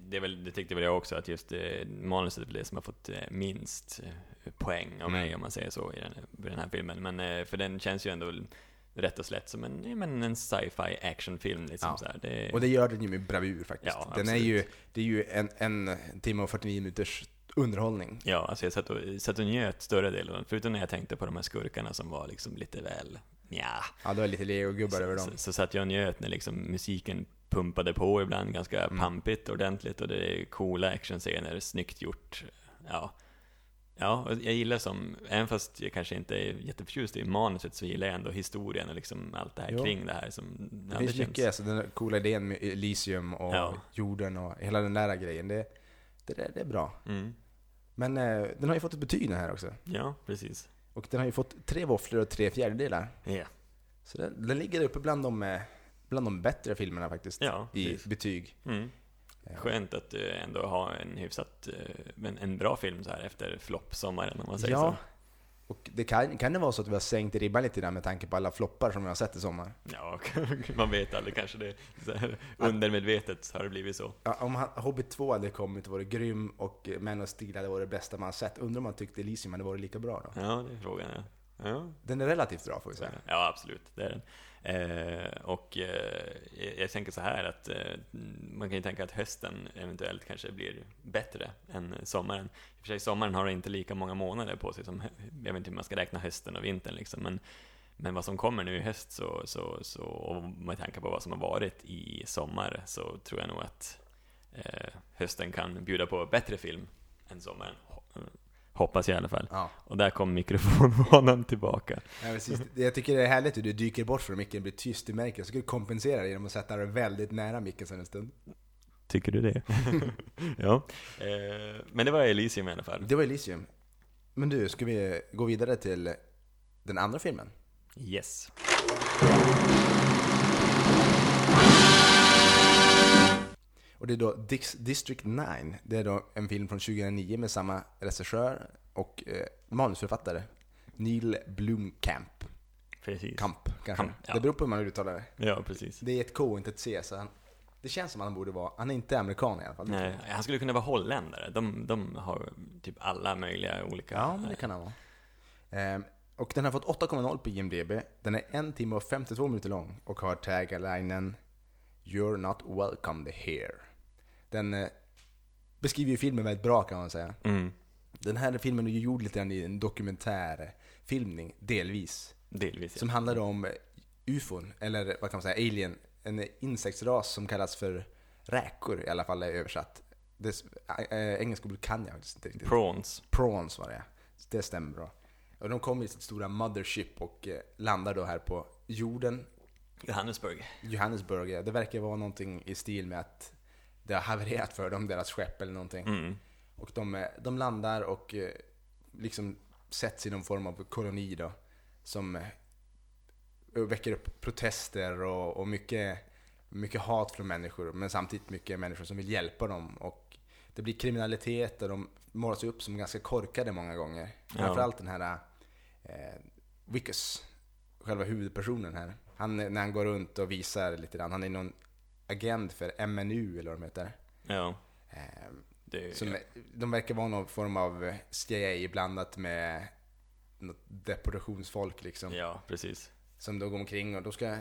Speaker 2: det, är väl, det tyckte väl jag också, att just eh, manuset är väl det som har fått eh, minst eh, poäng av mig,
Speaker 1: Mm.
Speaker 2: om man säger så, i den, i den här filmen. Men eh, för den känns ju ändå rätt och slätt som en, ja, men en sci-fi actionfilm. Liksom,
Speaker 1: Ja.
Speaker 2: så här. Det,
Speaker 1: Och det gör den ju med bravur faktiskt.
Speaker 2: Ja,
Speaker 1: den är
Speaker 2: absolut.
Speaker 1: ju, det är ju en, en timme och 49 minuters underhållning.
Speaker 2: Ja, alltså jag satt och, satt och njöt större delen, av den, förutom när jag tänkte på de här skurkarna som var liksom lite väl, ja
Speaker 1: Ja, då är det lite legogubbar över
Speaker 2: så,
Speaker 1: dem.
Speaker 2: så, så satt jag och njöt när liksom musiken pumpade på ibland ganska
Speaker 1: Mm.
Speaker 2: pampigt ordentligt och det är coola actionscener, snyggt gjort. Ja, ja och jag gillar som, även fast jag kanske inte är jätteförtjust i manuset så gillar jag ändå historien och liksom allt det här
Speaker 1: Jo.
Speaker 2: kring det här som...
Speaker 1: Det
Speaker 2: ja,
Speaker 1: finns
Speaker 2: känns-
Speaker 1: mycket, alltså den coola idén med Elysium och
Speaker 2: Ja.
Speaker 1: jorden och hela den där grejen. Det, det, där- det är bra.
Speaker 2: Mm.
Speaker 1: Men eh, den har ju fått ett betyg den här också.
Speaker 2: Ja, precis.
Speaker 1: Och den har ju fått tre våfflor och tre fjärdedelar.
Speaker 2: Ja.
Speaker 1: Så den, den ligger uppe bland de, eh, bland de bättre filmerna faktiskt.
Speaker 2: Ja,
Speaker 1: I
Speaker 2: precis.
Speaker 1: betyg.
Speaker 2: Mm.
Speaker 1: Ja.
Speaker 2: Skönt att eh, ändå ha en hyfsat, eh, men en bra film så här efter floppsommaren om man säger
Speaker 1: Ja.
Speaker 2: så.
Speaker 1: Och det kan, kan det vara så att vi har sänkt ribban lite grann med tanke på alla floppar som vi har sett i sommar?
Speaker 2: Ja, man vet aldrig, kanske det är så här, undermedvetet har det blivit så.
Speaker 1: Ja, om han, Hobbit 2 hade kommit och varit grym och eh, Man of Steel hade varit det bästa man sett, undrar om han tyckte Elysium hade varit lika bra då?
Speaker 2: Ja, det är frågan ja. Ja,
Speaker 1: Den är relativt bra får vi
Speaker 2: så är
Speaker 1: säga.
Speaker 2: det. ja absolut, det är den. Eh, och eh, jag- jag tänker så här att eh, man kan ju tänka att hösten eventuellt kanske blir bättre än sommaren. I och för sig, sommaren har inte lika många månader på sig som, jag vet inte hur man ska räkna hösten och vintern liksom, men, men vad som kommer nu i höst så, så, så, och med tanke på vad som har varit i sommar så tror jag nog att eh, hösten kan bjuda på bättre film än sommaren. Ho- eh, Hoppas jag i alla fall.
Speaker 1: Ja.
Speaker 2: Och där kom mikrofonvanan tillbaka.
Speaker 1: Ja, precis. Jag tycker det är härligt hur du dyker bort från micken, blir tyst i märket. Jag skulle kompensera dig genom att sätta dig väldigt nära micken sen en stund.
Speaker 2: Tycker du det? ja. Eh, men det var Elysium i alla fall.
Speaker 1: Det var Elysium. Men du, ska vi gå vidare till den andra filmen?
Speaker 2: Yes.
Speaker 1: Och det är då Dix District 9. Det är då en film från 2009 med samma regissör och eh, manusförfattare. Neil Blomkamp.
Speaker 2: Precis.
Speaker 1: Kamp, kanske.
Speaker 2: Kamp, ja.
Speaker 1: Det beror på hur man uttalar det.
Speaker 2: Ja, precis.
Speaker 1: Det är ett K och inte ett C, så han, det känns som han borde vara... Han är inte amerikan i alla fall.
Speaker 2: Nej, han skulle kunna vara holländare. De, de har typ alla möjliga olika...
Speaker 1: Ja, men det kan han vara. Ehm, och den har fått 8,0 på IMDB. Den är en timme och 52 minuter lång och har taglinen “You're not welcome here”. Den eh, beskriver ju filmen väldigt bra kan man säga.
Speaker 2: Mm,
Speaker 1: Den här filmen är ju gjord lite grann i en dokumentärfilmning, delvis.
Speaker 2: delvis. Ja.
Speaker 1: Som handlar om ufon, eller vad kan man säga, alien. En insektsras som kallas för räkor i alla fall är översatt. Det, äh, engelska ordet kan jag faktiskt inte riktigt.
Speaker 2: Prawns.
Speaker 1: Prawns var det Det stämmer bra. Och de kommer i sitt stora mothership och eh, landar då här på jorden.
Speaker 2: Johannesburg.
Speaker 1: Johannesburg, ja. det verkar vara någonting i stil med att det har havererat för dem, deras skepp eller någonting.
Speaker 2: Mm.
Speaker 1: Och de, eh, de landar och eh, liksom sätts i någon form av koloni då. Som eh, väcker upp protester och, och mycket, mycket hat från människor. Men samtidigt mycket människor som vill hjälpa dem. Och det blir kriminalitet och de målas upp som ganska korkade många gånger.
Speaker 2: Ja.
Speaker 1: Framförallt den här eh, Wickus, själva huvudpersonen här. Han, när han går runt och visar lite grann. Han är någon agent för MNU eller vad de heter.
Speaker 2: Ja.
Speaker 1: Eh,
Speaker 2: Det,
Speaker 1: som, de verkar vara någon form av CIA blandat med något deportationsfolk liksom.
Speaker 2: ja, precis.
Speaker 1: Som då går omkring och då ska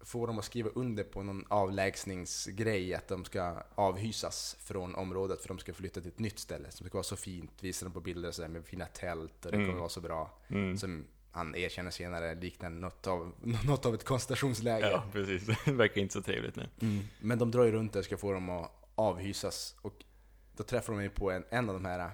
Speaker 1: få dem att skriva under på någon avlägsningsgrej att de ska avhysas från området för de ska flytta till ett nytt ställe som ska vara så fint. Visar dem på bilder och sådär med fina tält och det kommer
Speaker 2: Mm.
Speaker 1: vara så bra.
Speaker 2: Mm.
Speaker 1: Som han erkänner senare liknar något av, något av ett koncentrationsläger.
Speaker 2: Ja, precis. Det verkar inte så trevligt nu.
Speaker 1: Mm. Men de drar ju runt där och ska få dem att avhysas. Och då träffar de ju på en, en av de här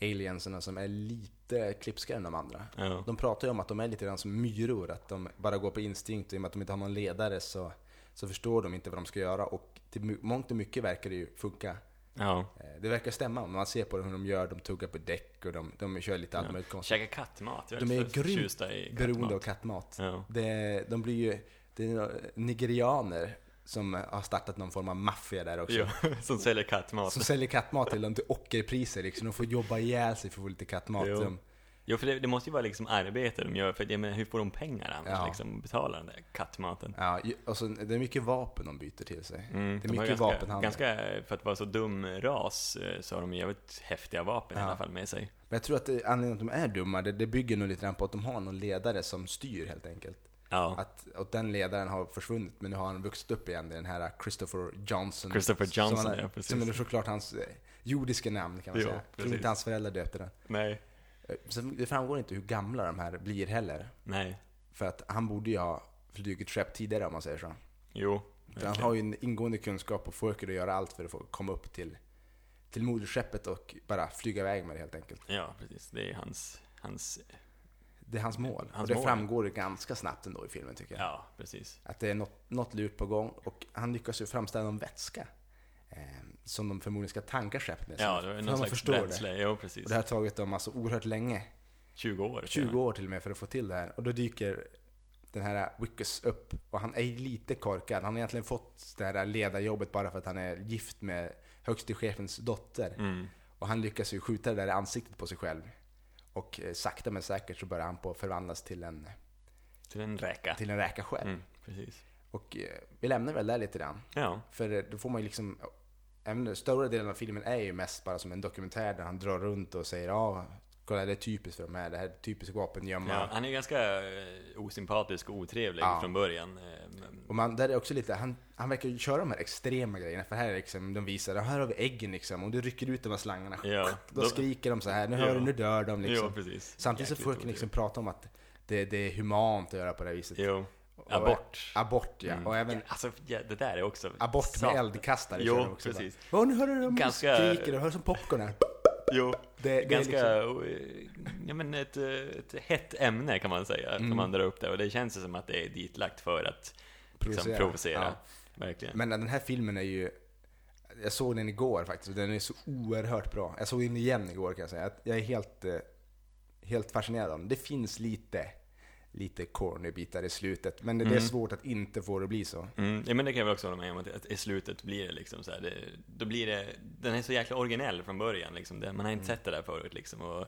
Speaker 1: alienserna som är lite klipskare än de andra.
Speaker 2: Ja.
Speaker 1: De pratar ju om att de är lite grann som myror, att de bara går på instinkt. Och i och med att de inte har någon ledare så, så förstår de inte vad de ska göra. Och till mu- mångt och mycket verkar det ju funka.
Speaker 2: ja.
Speaker 1: Eh, Det verkar stämma. Om Man ser på hur de gör, de tuggar på däck och de, de kör lite allt
Speaker 2: Ja.
Speaker 1: möjligt konstigt.
Speaker 2: Käka kattmat. Jag
Speaker 1: De är
Speaker 2: väldigt för-
Speaker 1: grymt
Speaker 2: förtjusta i kattmat.
Speaker 1: Beroende av kattmat.
Speaker 2: Ja.
Speaker 1: Det, de blir ju det är nigerianer som har startat någon form av maffia där också.
Speaker 2: Jo, som säljer kattmat.
Speaker 1: Som säljer kattmat till dem till ockerpriser liksom. De får jobba ihjäl sig för att få lite kattmat. liksom.
Speaker 2: Jo.
Speaker 1: De,
Speaker 2: Jo, för det, det måste ju vara liksom arbete de gör, för jag menar, hur får de pengar annars?
Speaker 1: Ja.
Speaker 2: Liksom, betala den där kattmaten.
Speaker 1: ja, ju- och så, det är mycket vapen de byter till sig.
Speaker 2: Mm,
Speaker 1: det
Speaker 2: de
Speaker 1: är
Speaker 2: har
Speaker 1: mycket
Speaker 2: ganska,
Speaker 1: vapenhandel.
Speaker 2: ganska, för att vara så dum ras, eh, så har de jävligt häftiga vapen i
Speaker 1: Ja.
Speaker 2: alla fall med sig.
Speaker 1: Men jag tror att det, anledningen att de är dumma, det, det bygger nog lite grann på att de har någon ledare som styr helt enkelt.
Speaker 2: Ja,
Speaker 1: Att, och den ledaren har försvunnit, men nu har han vuxit upp igen. Det är den här Christopher Johnson.
Speaker 2: Christopher Johnson,
Speaker 1: som han,
Speaker 2: ja, precis.
Speaker 1: Som är såklart hans eh, jordiska namn kan man
Speaker 2: Jo,
Speaker 1: säga. Jag tror
Speaker 2: precis.
Speaker 1: inte hans föräldrar döpte den.
Speaker 2: nej,
Speaker 1: Eh, Sen, det framgår inte hur gamla de här blir heller.
Speaker 2: nej,
Speaker 1: För att han borde ju ha flugit skepp tidigare om man säger så.
Speaker 2: jo.
Speaker 1: För han
Speaker 2: verkligen.
Speaker 1: har ju en ingående kunskap och försöker att göra allt för att få komma upp till, till moderskeppet och bara flyga iväg med det helt enkelt.
Speaker 2: Ja, precis. Det är hans, hans,
Speaker 1: Det är hans mål.
Speaker 2: Hans
Speaker 1: och det
Speaker 2: mål.
Speaker 1: framgår ganska snabbt ändå i filmen tycker jag.
Speaker 2: ja, precis.
Speaker 1: Att det är något, något lurt på gång och han lyckas ju framställa någon vätska. Eh, som de förmodligen ska tanka skeppet med.
Speaker 2: Ja,
Speaker 1: Så
Speaker 2: det är
Speaker 1: för
Speaker 2: någon
Speaker 1: man
Speaker 2: slags
Speaker 1: förstår det.
Speaker 2: bränsle. Jo, precis.
Speaker 1: Och det har tagit dem alltså oerhört länge.
Speaker 2: 20 år.
Speaker 1: 20 år till och med för att få till det här. Och då dyker den här Wickus upp. Och han är ju lite korkad. Han har egentligen fått det här ledarjobbet bara för att han är gift med högste chefens dotter.
Speaker 2: Mm.
Speaker 1: Och han lyckas ju skjuta det där i ansiktet på sig själv. Och eh, sakta men säkert så börjar han på att förvandlas till en,
Speaker 2: Till en räka.
Speaker 1: till en räka själv.
Speaker 2: Mm, precis.
Speaker 1: Och eh, vi lämnar väl där lite grann.
Speaker 2: Ja,
Speaker 1: För eh, då får man ju liksom, även den större delen av filmen är ju mest bara som en dokumentär där han drar runt och säger ja, kolla det är typiskt för de här, det här är typiskt vapengömma.
Speaker 2: ja, han är ganska eh, osympatisk och otrevlig
Speaker 1: Ja.
Speaker 2: från början. eh, men-
Speaker 1: Och man, där är också lite, han, han verkar ju köra de här extrema grejerna, för här är liksom, de visar, här har vi äggen liksom, om du rycker ut de här slangarna,
Speaker 2: Ja,
Speaker 1: då,
Speaker 2: då-
Speaker 1: skriker de så här, nu
Speaker 2: Ja.
Speaker 1: hör du, nu dör de liksom.
Speaker 2: Jo, precis.
Speaker 1: Samtidigt så
Speaker 2: Jäkligt
Speaker 1: försöker han
Speaker 2: otrevlig.
Speaker 1: liksom prata om att det, det är humant att göra på det här viset.
Speaker 2: Jo.
Speaker 1: Och-
Speaker 2: Abort.
Speaker 1: Abort ja, och även
Speaker 2: Ja, alltså, ja, det där är också...
Speaker 1: abort med
Speaker 2: satan.
Speaker 1: eldkastare
Speaker 2: Jo,
Speaker 1: kör de också.
Speaker 2: precis.
Speaker 1: Bara, "Åh, nu hör du de
Speaker 2: Ganska-
Speaker 1: skriker, du hör som popcorn här.
Speaker 2: Jo,
Speaker 1: Det- det är liksom-
Speaker 2: ganska... eh, Ja, men ett, eh, ett hett ämne kan man säga,
Speaker 1: Mm.
Speaker 2: som man drar upp där. Och det känns ju som att det är ditlagt för att liksom,
Speaker 1: Provocera.
Speaker 2: provocera.
Speaker 1: Ja.
Speaker 2: Verkligen.
Speaker 1: Men den här filmen är ju... Jag såg den igår faktiskt och den är så oerhört bra. Jag såg den igen igår kan jag säga. Att Jag är helt, eh, helt fascinerad av den. Det finns lite, lite corny bitar i slutet, men det det är svårt att inte få det att bli så.
Speaker 2: Mm, ja, men det kan jag väl också hålla med om, att, att i slutet blir det liksom så här, det, då blir det, den är så jäkla originell från början liksom, det, man har
Speaker 1: Mm.
Speaker 2: inte sett det där förut liksom, och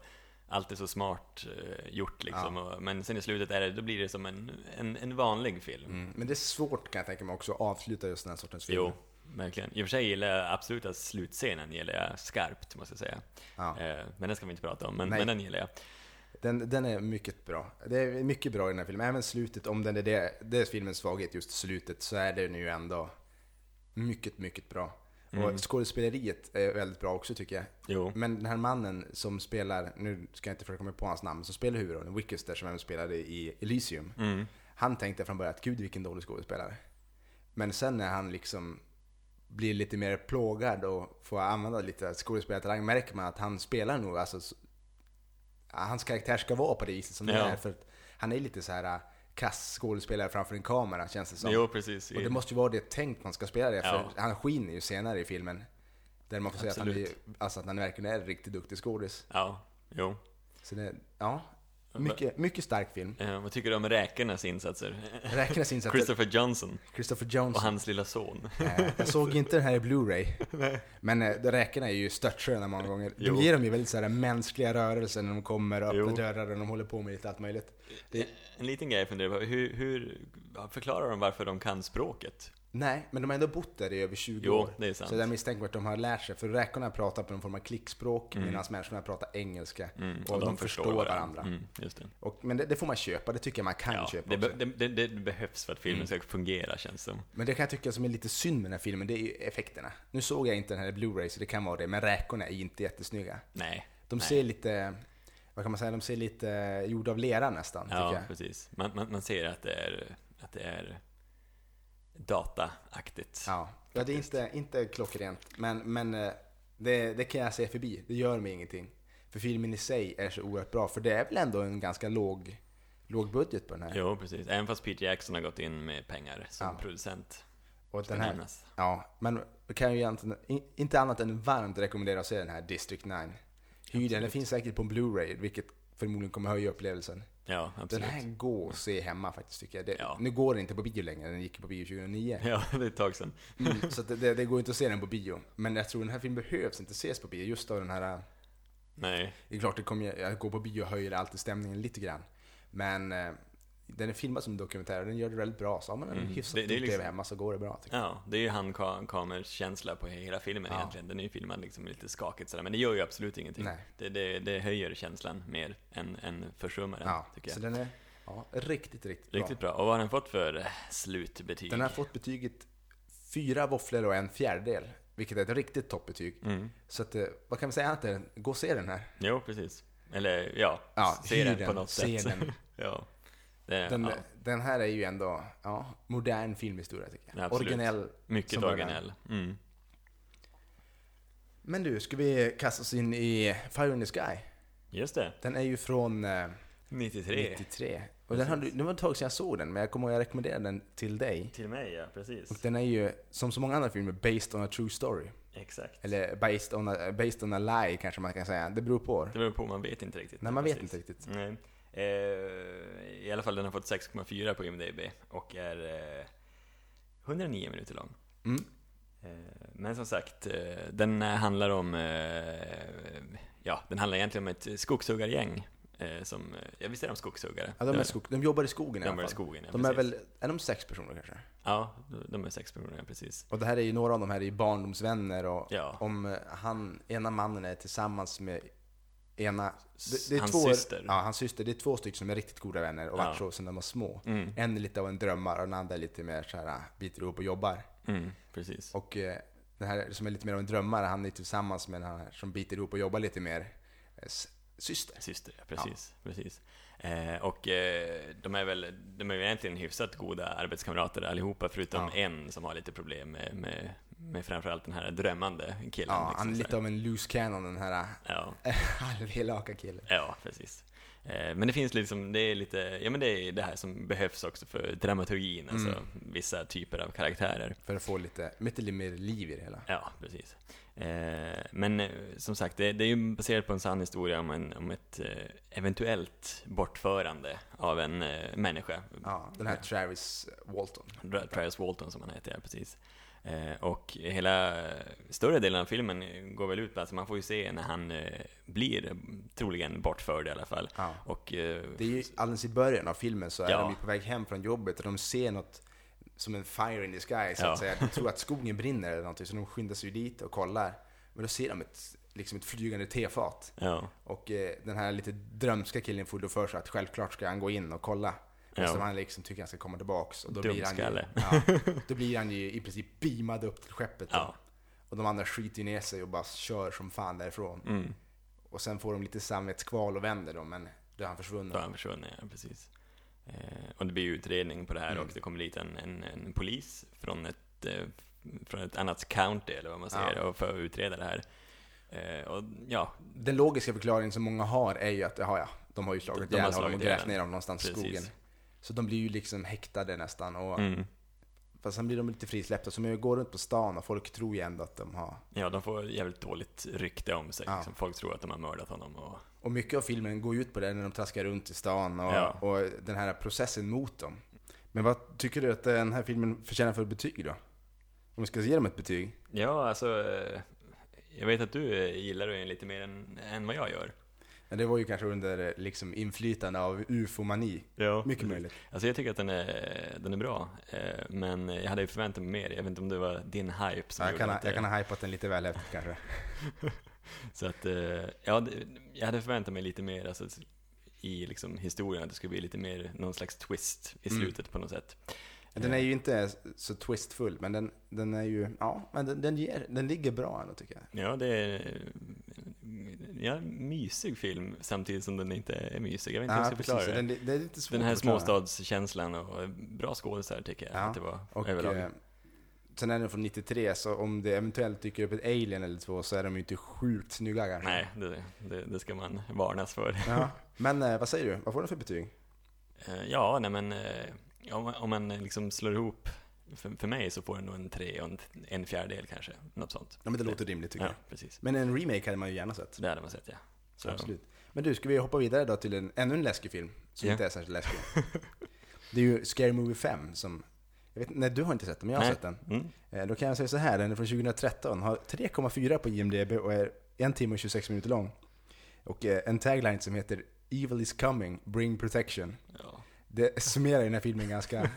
Speaker 2: allt är så smart eh, gjort liksom, och, men sen i slutet är det, då blir det som en, en, en vanlig film.
Speaker 1: Mm. Men det är svårt kan jag tänka mig också att avsluta just den här sortens film.
Speaker 2: Jo, verkligen. I och för sig gillar jag absoluta slutscenen, gillar jag skarpt måste jag säga.
Speaker 1: Ja.
Speaker 2: Eh, men den ska vi inte prata om, men,
Speaker 1: Nej.
Speaker 2: men den gillar jag.
Speaker 1: Den, den är mycket bra. Det är mycket bra i den här filmen. Även slutet, om den är det, det är filmens svaghet, just slutet, så är den ju ändå mycket, mycket bra. Och skådespeleriet är väldigt bra också tycker jag.
Speaker 2: Jo.
Speaker 1: Men den här mannen som spelar, nu ska jag inte försöka komma på hans namn, som spelar huvudrollen, Wickus där som även spelade i Elysium. Han tänkte från början att gud vilken dålig skådespelare. Men sen när han liksom blir lite mer plågad och får använda lite skådespelartalang märker man att han spelar nog, alltså, s- hans karaktär ska vara på det viset som
Speaker 2: Ja.
Speaker 1: den är. För att han är lite så här äh, kass skådespelare framför en kamera känns det som.
Speaker 2: Jo, precis.
Speaker 1: Och det måste ju vara det tänkt man ska spela det, för
Speaker 2: Ja.
Speaker 1: han skiner ju senare i filmen. Där man får säga att han, är,
Speaker 2: Absolut.
Speaker 1: alltså att han verkligen är en riktigt duktig skådis.
Speaker 2: Ja, jo.
Speaker 1: Så det, ja, mycket, mycket stark film.
Speaker 2: Eh, vad tycker du om räkornas insatser?
Speaker 1: Räknas in så att
Speaker 2: Christopher Johnson
Speaker 1: Christopher
Speaker 2: och
Speaker 1: Jones.
Speaker 2: hans lilla son.
Speaker 1: eh, Jag såg inte den här i Blu-ray. Men eh, räkorna är ju störtsköna många gånger. De
Speaker 2: Jo.
Speaker 1: ger dem ju väldigt så här mänskliga rörelser när de kommer och öppnar
Speaker 2: Jo.
Speaker 1: dörrar och de håller på med lite allt möjligt. Det,
Speaker 2: En liten grej jag funderar på, hur, hur förklarar de varför de kan språket?
Speaker 1: nej, men de har ändå bott där i över 20
Speaker 2: Jo,
Speaker 1: år.
Speaker 2: det är sant.
Speaker 1: Så det är misstänker att de har lärt sig. För räkorna pratar på någon form av klickspråk medan människorna pratar engelska. och, de, förstår varandra.
Speaker 2: Mm, just det.
Speaker 1: Och, men det, det får man köpa, det tycker jag man kan
Speaker 2: Ja,
Speaker 1: köpa
Speaker 2: det,
Speaker 1: också. Mm.
Speaker 2: be, det, det, det behövs för att filmen ska fungera känns det som.
Speaker 1: Men det kan jag tycka som är lite synd med den här filmen, det är ju effekterna. Nu såg jag inte den här i Blu-ray så det kan vara det, men räkorna är inte jättesnygga.
Speaker 2: Nej.
Speaker 1: De
Speaker 2: nej.
Speaker 1: ser lite, vad kan man säga, de ser lite gjorda av lera nästan,
Speaker 2: Ja,
Speaker 1: tycker jag.
Speaker 2: precis. Man, man, man ser att det är, att det är dataaktigt.
Speaker 1: Ja. ja, det är inte, inte klockrent, men, men eh, det, det kan jag se förbi. Det gör mig ingenting. För filmen i sig är så oerhört bra, för det är väl ändå en ganska låg, låg budget på den här.
Speaker 2: Jo, precis. Även fast Peter Jackson har gått in med pengar som
Speaker 1: Ja.
Speaker 2: producent.
Speaker 1: Och
Speaker 2: Ska
Speaker 1: den här,
Speaker 2: nämnas.
Speaker 1: ja, men vi kan ju egentligen in- inte annat än varmt rekommendera att se den här District 9. Hyr den, den finns säkert på en Blu-ray, vilket förmodligen kommer höja upplevelsen.
Speaker 2: Ja, absolut.
Speaker 1: Den här går att se hemma faktiskt tycker jag. Det,
Speaker 2: Ja.
Speaker 1: Nu går den inte på bio längre, den gick på bio 2009.
Speaker 2: Ja, det är ett tag sedan.
Speaker 1: Mm, så att det, det, det går inte att se den på bio. Men jag tror den här filmen behövs inte ses på bio just av den här...
Speaker 2: Nej,
Speaker 1: Det är klart, det kommer, ju- att gå på bio höjer alltid stämningen lite grann. Men eh, den är filmad som dokumentär och den gör det väldigt bra. Så har man en
Speaker 2: Mm.
Speaker 1: hyfsat
Speaker 2: Det- det är
Speaker 1: god TV
Speaker 2: liksom-
Speaker 1: hemma så går det bra. Tycker
Speaker 2: ja, det är ju handkamerans känsla på hela filmen
Speaker 1: typ. Ja.
Speaker 2: egentligen. Den är ju filmad liksom lite skakigt sådär, men det gör ju absolut
Speaker 1: jag.
Speaker 2: ingenting.
Speaker 1: Nej.
Speaker 2: Det, det, det höjer känslan mer än, än försummar den,
Speaker 1: Ja,
Speaker 2: tycker jag.
Speaker 1: så den är ja, riktigt, riktigt,
Speaker 2: Riktigt
Speaker 1: bra.
Speaker 2: bra. Och vad har den fått för eh, slutbetyg?
Speaker 1: Den har fått betyget fyra våfflor och en fjärdedel. Vilket är ett riktigt toppbetyg.
Speaker 2: Mm.
Speaker 1: Så att, eh, vad kan vi säga annat än gå och se den här.
Speaker 2: Jo, precis. Eller ja,
Speaker 1: Ja,
Speaker 2: se
Speaker 1: hyr
Speaker 2: den på något
Speaker 1: se
Speaker 2: sätt.
Speaker 1: Den.
Speaker 2: ja. Det,
Speaker 1: Den,
Speaker 2: ja,
Speaker 1: den här är ju ändå ja, modern filmhistoria tycker jag.
Speaker 2: Ja, absolut.
Speaker 1: Originell.
Speaker 2: mycket
Speaker 1: som början.
Speaker 2: originell. Mm.
Speaker 1: Men du, ska vi kasta oss in i Fire in the Sky?
Speaker 2: Just det,
Speaker 1: Den är ju från eh,
Speaker 2: 93.
Speaker 1: 93. Och den har, du- det var ett tag sedan jag såg den, men jag kommer ihåg att jag rekommenderade den till dig.
Speaker 2: Till mig, ja,
Speaker 1: Och
Speaker 2: precis.
Speaker 1: den är ju, som så många andra filmer, based on a true story.
Speaker 2: Exakt.
Speaker 1: Eller based on a, based on a lie kanske man kan säga. Det beror på.
Speaker 2: Det beror på, man vet inte riktigt.
Speaker 1: Nej, man vet
Speaker 2: Precis.
Speaker 1: inte riktigt.
Speaker 2: Nej. Eh, I alla fall, den har fått 6,4 på IMDB och är eh, 109 minuter lång.
Speaker 1: Mm.
Speaker 2: Eh, Men som sagt, eh, den eh, handlar om, eh, ja, den handlar egentligen om ett skogshuggargäng eh, som, eh, ja visst är de skogshuggare?
Speaker 1: Ja, de, är skog, de jobbar i skogen i
Speaker 2: de är i
Speaker 1: alla fall.
Speaker 2: skogen, ja,
Speaker 1: De är
Speaker 2: precis.
Speaker 1: väl, är de sex personer kanske?
Speaker 2: Ja, de är sex personer, ja, precis.
Speaker 1: Och det här är ju, några av de här är ju barndomsvänner och
Speaker 2: Ja.
Speaker 1: om eh, han, ena mannen är tillsammans med ena... Det, det är
Speaker 2: Hans
Speaker 1: två,
Speaker 2: syster.
Speaker 1: Ja, hans syster. Det är två stycken som är riktigt goda vänner och
Speaker 2: Ja.
Speaker 1: varit så sedan de var små.
Speaker 2: Mm,
Speaker 1: En är lite av en drömmare och den andra är lite mer såhär, biter ihop och jobbar.
Speaker 2: mm, precis.
Speaker 1: Och eh, den här som är lite mer av en drömmare, han är tillsammans med den här som biter ihop och jobbar lite mer, eh, s- syster.
Speaker 2: Syster, ja, precis. precis. Eh, och eh, de är väl de är väl egentligen hyfsat goda arbetskamrater allihopa, förutom
Speaker 1: Ja.
Speaker 2: en som har lite problem med, med, med framförallt den här drömmande killen.
Speaker 1: Ja, han är
Speaker 2: liksom,
Speaker 1: lite av en loose cannon den här
Speaker 2: så här. ja,
Speaker 1: eh, halvelaka killen.
Speaker 2: ja, precis. Eh, men det finns liksom, det är lite, ja men det är det här som behövs också för dramaturgin, alltså
Speaker 1: Mm.
Speaker 2: vissa typer av karaktärer.
Speaker 1: För att få lite, lite mer liv i det hela.
Speaker 2: Ja, precis. Eh, men eh, som sagt, det, det är ju baserat på en sann historia om, en, om ett eh, eventuellt bortförande av en eh, människa.
Speaker 1: Ja, den här Travis Walton.
Speaker 2: Tra- Travis Walton som han heter, ja, precis. Eh, och hela större delen av filmen går väl ut på, alltså man får ju se när han eh, blir troligen bortförd i alla fall.
Speaker 1: Ja.
Speaker 2: Och, eh,
Speaker 1: Det är ju alldeles i början av filmen så är
Speaker 2: Ja.
Speaker 1: de ju på väg hem från jobbet och de ser något som en fire in the sky så att
Speaker 2: Ja.
Speaker 1: säga. De tror att skogen brinner eller någonting så de skyndar sig ju dit och kollar. Men då ser de ett, liksom ett flygande tefat.
Speaker 2: ja,
Speaker 1: Och eh, den här lite drömska killen får då för sig att självklart ska han gå in och kolla. Men
Speaker 2: Ja.
Speaker 1: som han liksom tycker han ska komma tillbaks. Och då blir, han ju,
Speaker 2: Dumskalle.
Speaker 1: ja, då blir han ju i princip beamad upp till skeppet. då.
Speaker 2: Ja.
Speaker 1: Och de andra skiter ju ner sig och bara kör som fan därifrån.
Speaker 2: Mm,
Speaker 1: Och sen får de lite samvetskval och vänder då, men då är han försvunnen.
Speaker 2: då har han försvunnit, ja, precis. Eh, och det blir ju utredning på det här
Speaker 1: Mm.
Speaker 2: och det kommer dit en, en, en polis från ett, eh, från ett annat county, eller vad man
Speaker 1: Ja.
Speaker 2: säger, och för att utreda det här. Eh, och ja,
Speaker 1: Den logiska förklaringen som många har är ju att, jaha ja, de har ju
Speaker 2: De-
Speaker 1: slagit
Speaker 2: de har
Speaker 1: ihjäl honom och
Speaker 2: slagit
Speaker 1: grävt
Speaker 2: ihjäl.
Speaker 1: ner honom någonstans i
Speaker 2: Precis.
Speaker 1: skogen. Så de blir ju liksom häktade nästan. Och,
Speaker 2: mm.
Speaker 1: Fast sen blir de lite frisläppta, så de går runt på stan och folk tror ju ändå att de har...
Speaker 2: ja, de får jävligt dåligt rykte om sig.
Speaker 1: Ja.
Speaker 2: Liksom. Folk tror att de har mördat honom och
Speaker 1: Och mycket av filmen går ju ut på det när de traskar runt i stan och,
Speaker 2: Ja.
Speaker 1: och den här processen mot dem. Men vad tycker du att den här filmen förtjänar för betyg då? Om vi ska ge dem ett betyg?
Speaker 2: Ja, alltså eh, jag vet att du eh, gillar den lite mer än, än vad jag gör.
Speaker 1: Ja, Det var ju kanske under eh, liksom, inflytande av ufomani.
Speaker 2: Ja,
Speaker 1: Mycket möjligt.
Speaker 2: Alltså jag tycker att den är, den är bra, eh, men jag hade ju förväntat mig mer. Jag vet inte om det var din hype som
Speaker 1: Jag
Speaker 2: gjorde
Speaker 1: kan, ha-
Speaker 2: att
Speaker 1: jag
Speaker 2: det-
Speaker 1: kan ha hypat den lite väl häftigt kanske.
Speaker 2: Så att, eh, ja, det- jag hade förväntat mig lite mer alltså, i liksom, historien, att det skulle bli lite mer någon slags twist i
Speaker 1: Mm.
Speaker 2: slutet på något sätt.
Speaker 1: Den är ju inte så twistfull, men den, den är ju, ja, men den, den, ger, den ligger bra ändå tycker jag.
Speaker 2: Ja, det är eh, ja, en mysig film samtidigt som den inte är mysig. Jag vet inte hur jag ska
Speaker 1: precis.
Speaker 2: förklara det.
Speaker 1: den, det är lite svårt
Speaker 2: Den här
Speaker 1: att förklara.
Speaker 2: småstadskänslan och bra skådisar tycker jag
Speaker 1: Ja,
Speaker 2: att det var
Speaker 1: Och,
Speaker 2: överlag.
Speaker 1: eh, sen är den från 93, så om det eventuellt dyker upp ett alien eller två så är de ju inte sjukt snygga kanske.
Speaker 2: Nej, det, det, det ska man varnas för.
Speaker 1: Ja. Men eh, vad säger du? Vad får den för betyg?
Speaker 2: Eh, ja, nej men eh, om, man- om man liksom slår ihop, för, för mig så får den nog en tre och en, en fjärdedel kanske, något sånt.
Speaker 1: Ja men det låter rimligt tycker
Speaker 2: Ja,
Speaker 1: jag.
Speaker 2: precis.
Speaker 1: Men en remake hade man ju gärna sett.
Speaker 2: Det hade man sett ja. Så,
Speaker 1: Absolut. Men du, ska vi hoppa vidare då till en, ännu en läskig film som
Speaker 2: Ja.
Speaker 1: inte är särskilt läskig. Det är ju Scary Movie 5 som... Jag vet, nej, du har inte sett den, men jag har
Speaker 2: Nej.
Speaker 1: sett den.
Speaker 2: Mm.
Speaker 1: Eh, Då kan jag säga så här, den är från 2013, har 3,4 på IMDB och är 1 timme och 26 minuter lång. Och eh, en tagline som heter “Evil is coming, bring protection”.
Speaker 2: Ja.
Speaker 1: Det summerar ju den här filmen ganska,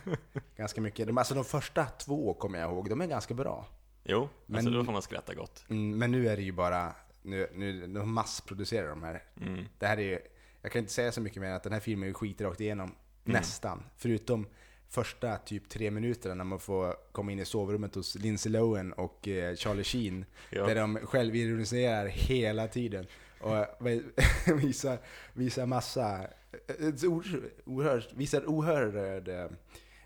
Speaker 1: ganska mycket. De, alltså de första två kommer jag ihåg, de är ganska bra.
Speaker 2: Jo,
Speaker 1: Men-
Speaker 2: alltså då får man skratta gott.
Speaker 1: Mm, Men nu är det ju bara, nu, nu de massproducerar de här.
Speaker 2: Mm.
Speaker 1: Det här är ju, jag kan inte säga så mycket mer än att den här filmen är ju skit rakt igenom.
Speaker 2: Mm.
Speaker 1: Nästan. Förutom första typ tre minuterna när man får komma in i sovrummet hos Lindsay Lohan och eh, Charlie Sheen.
Speaker 2: Ja.
Speaker 1: Där de självironiserar hela tiden. Och visar, visar massa, eh, ett or- oerhört- visar oerhörd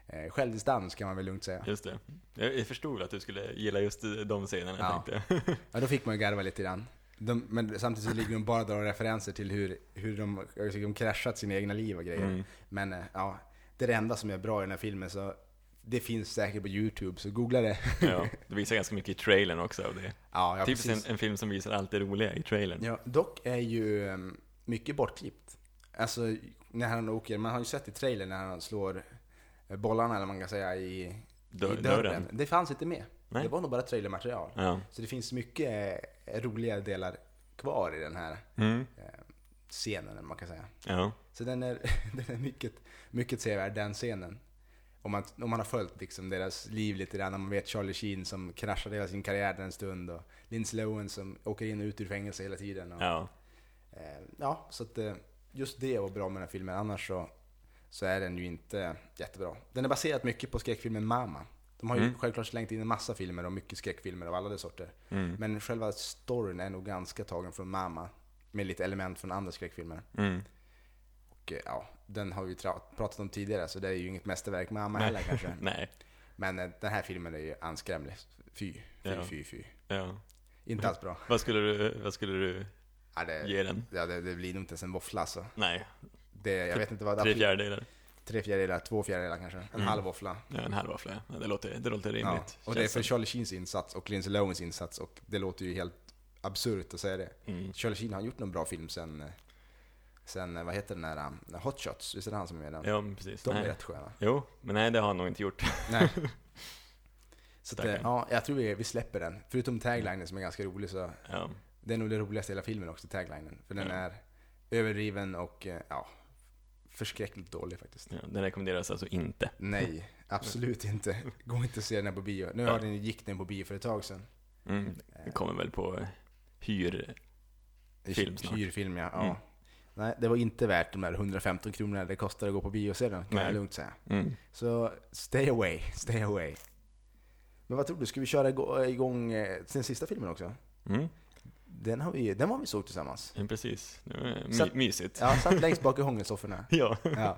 Speaker 1: eh, självdistans kan man väl lugnt säga.
Speaker 2: Just det. Jag jag förstod att du skulle gilla just de scenerna,
Speaker 1: Ja.
Speaker 2: tänkte jag.
Speaker 1: Ja, då fick man ju garva lite grann. De, men samtidigt så ligger de bara och drar referenser till hur, hur de har liksom kraschat sina egna liv och grejer.
Speaker 2: Mm.
Speaker 1: Men eh, ja, det är det enda som är bra i den här filmen så det finns säkert på YouTube, så googla det.
Speaker 2: Ja, det visar ganska mycket i trailern också av det.
Speaker 1: Ja, ja
Speaker 2: Typiskt
Speaker 1: precis.
Speaker 2: en, en film som visar allt det roliga i trailern.
Speaker 1: Ja, dock är ju eh, mycket bortklippt. Alltså, när han åker, man har ju sett i trailern när han slår eh, bollarna, eller man kan säga, i,
Speaker 2: Dör-
Speaker 1: i
Speaker 2: dörren.
Speaker 1: Det fanns inte med.
Speaker 2: Nej.
Speaker 1: Det var nog bara trailermaterial.
Speaker 2: Ja.
Speaker 1: Så det finns mycket eh, roliga delar kvar i den här
Speaker 2: Mm.
Speaker 1: eh, scenen, eller man kan säga.
Speaker 2: Ja.
Speaker 1: Så den är, den är mycket, mycket sevärd, den scenen. Om man, om man har följt liksom deras liv lite grann, om man vet Charlie Sheen som kraschade hela sin karriär en stund och Lindsay Lohan som åker in och ut ur fängelse hela tiden. Och, ja.
Speaker 2: ja.
Speaker 1: Eh, ja, så att eh, just det var bra med den här filmen, annars så, så är den ju inte jättebra. Den är baserad mycket på skräckfilmen Mama. De har ju
Speaker 2: Mm.
Speaker 1: självklart slängt in en massa filmer och mycket skräckfilmer av alla de sorter.
Speaker 2: Mm.
Speaker 1: Men själva storyn är nog ganska tagen från Mama, med lite element från andra skräckfilmer.
Speaker 2: Mm.
Speaker 1: Och eh, ja, den har vi ju tra- pratat om tidigare, så det är ju inget mästerverk med Amma
Speaker 2: Nej.
Speaker 1: heller kanske.
Speaker 2: Nej.
Speaker 1: Men eh, den här filmen är ju anskrämlig. Fy, fy,
Speaker 2: Ja.
Speaker 1: fy, fy.
Speaker 2: Ja.
Speaker 1: Inte alls bra.
Speaker 2: Vad skulle du, vad skulle du
Speaker 1: Ja, det,
Speaker 2: ge den?
Speaker 1: ja, det, det blir nog inte ens en våffla alltså.
Speaker 2: Nej,
Speaker 1: Det, jag vet inte vad...
Speaker 2: tre fjärdedelar.
Speaker 1: tre fjärdedelar, två fjärdedelar kanske. En
Speaker 2: Mm.
Speaker 1: halv våffla.
Speaker 2: Ja, en halv våffla. ja. Det låter, det låter
Speaker 1: Ja.
Speaker 2: rimligt.
Speaker 1: Och det är
Speaker 2: Känns
Speaker 1: för Charlie Sheens insats och Lindsay Lohans insats och det låter ju helt absurt att säga det.
Speaker 2: som- Mm.
Speaker 1: Charlie Sheen har gjort någon bra film sen, eh, sen eh, vad heter den där, eh, Hot Shots? Visst är det han som är med i den?
Speaker 2: Ja, men precis.
Speaker 1: De är
Speaker 2: Nej.
Speaker 1: rätt sköna.
Speaker 2: Jo, men nej, det har han nog inte gjort.
Speaker 1: Nej. Så att,
Speaker 2: Stackarn.
Speaker 1: eh, ja, jag tror vi, vi släpper den. Förutom taglinen som är ganska rolig så,
Speaker 2: Ja.
Speaker 1: det är nog det roligaste i hela filmen också, taglinen. För den
Speaker 2: Ja.
Speaker 1: är överdriven och eh, ja, förskräckligt dålig faktiskt.
Speaker 2: Ja, den rekommenderas alltså inte.
Speaker 1: Nej, absolut inte. Gå inte och se den här på bio. Nu har den, gick den på bio för ett tag sedan.
Speaker 2: Mm. Det kommer väl på eh, hyr...
Speaker 1: I
Speaker 2: Film snart.
Speaker 1: Hyrfilm ja. ja.
Speaker 2: Mm.
Speaker 1: Nej, det var inte värt de där 115 kronorna det kostar att gå på bio och se den, kan jag
Speaker 2: Nej.
Speaker 1: lugnt säga.
Speaker 2: Mm.
Speaker 1: Så stay away, stay away. Men vad tror du, ska vi köra igå- igång eh, den sista filmen också?
Speaker 2: Mm.
Speaker 1: Den, har vi, den var vi såg tillsammans.
Speaker 2: Ja, precis. Det var
Speaker 1: Så-
Speaker 2: My, mysigt.
Speaker 1: Ja, satt längst bak i hångelsofforna.
Speaker 2: Ja.
Speaker 1: Ja,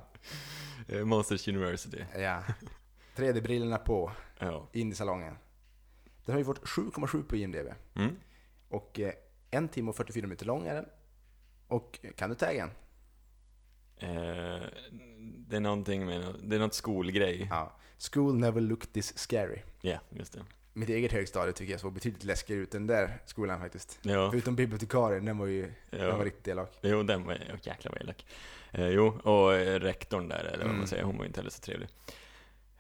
Speaker 2: Eh, Monsters University.
Speaker 1: ja. 3D-brillorna på,
Speaker 2: Ja.
Speaker 1: in i salongen. Den har ju fått 7,7 på IMDB.
Speaker 2: Mm.
Speaker 1: Och eh, en timme och 44 minuter lång är den. Och eh, kan du tagga den?
Speaker 2: Eh, det är någonting med, nå- det är något skolgrej. Ja,
Speaker 1: Ja. School never looked this scary.
Speaker 2: just det.
Speaker 1: Mitt eget högstadie tycker jag såg betydligt läskigare ut än den där skolan faktiskt.
Speaker 2: Ja,
Speaker 1: Förutom bibliotekarien, den var ju den
Speaker 2: ja.
Speaker 1: var riktigt elak.
Speaker 2: Jo, den var, oh, jäklar vad elak. Eh, jo, och eh, rektorn där, eller vad
Speaker 1: Mm.
Speaker 2: man säger, hon var inte heller så trevlig.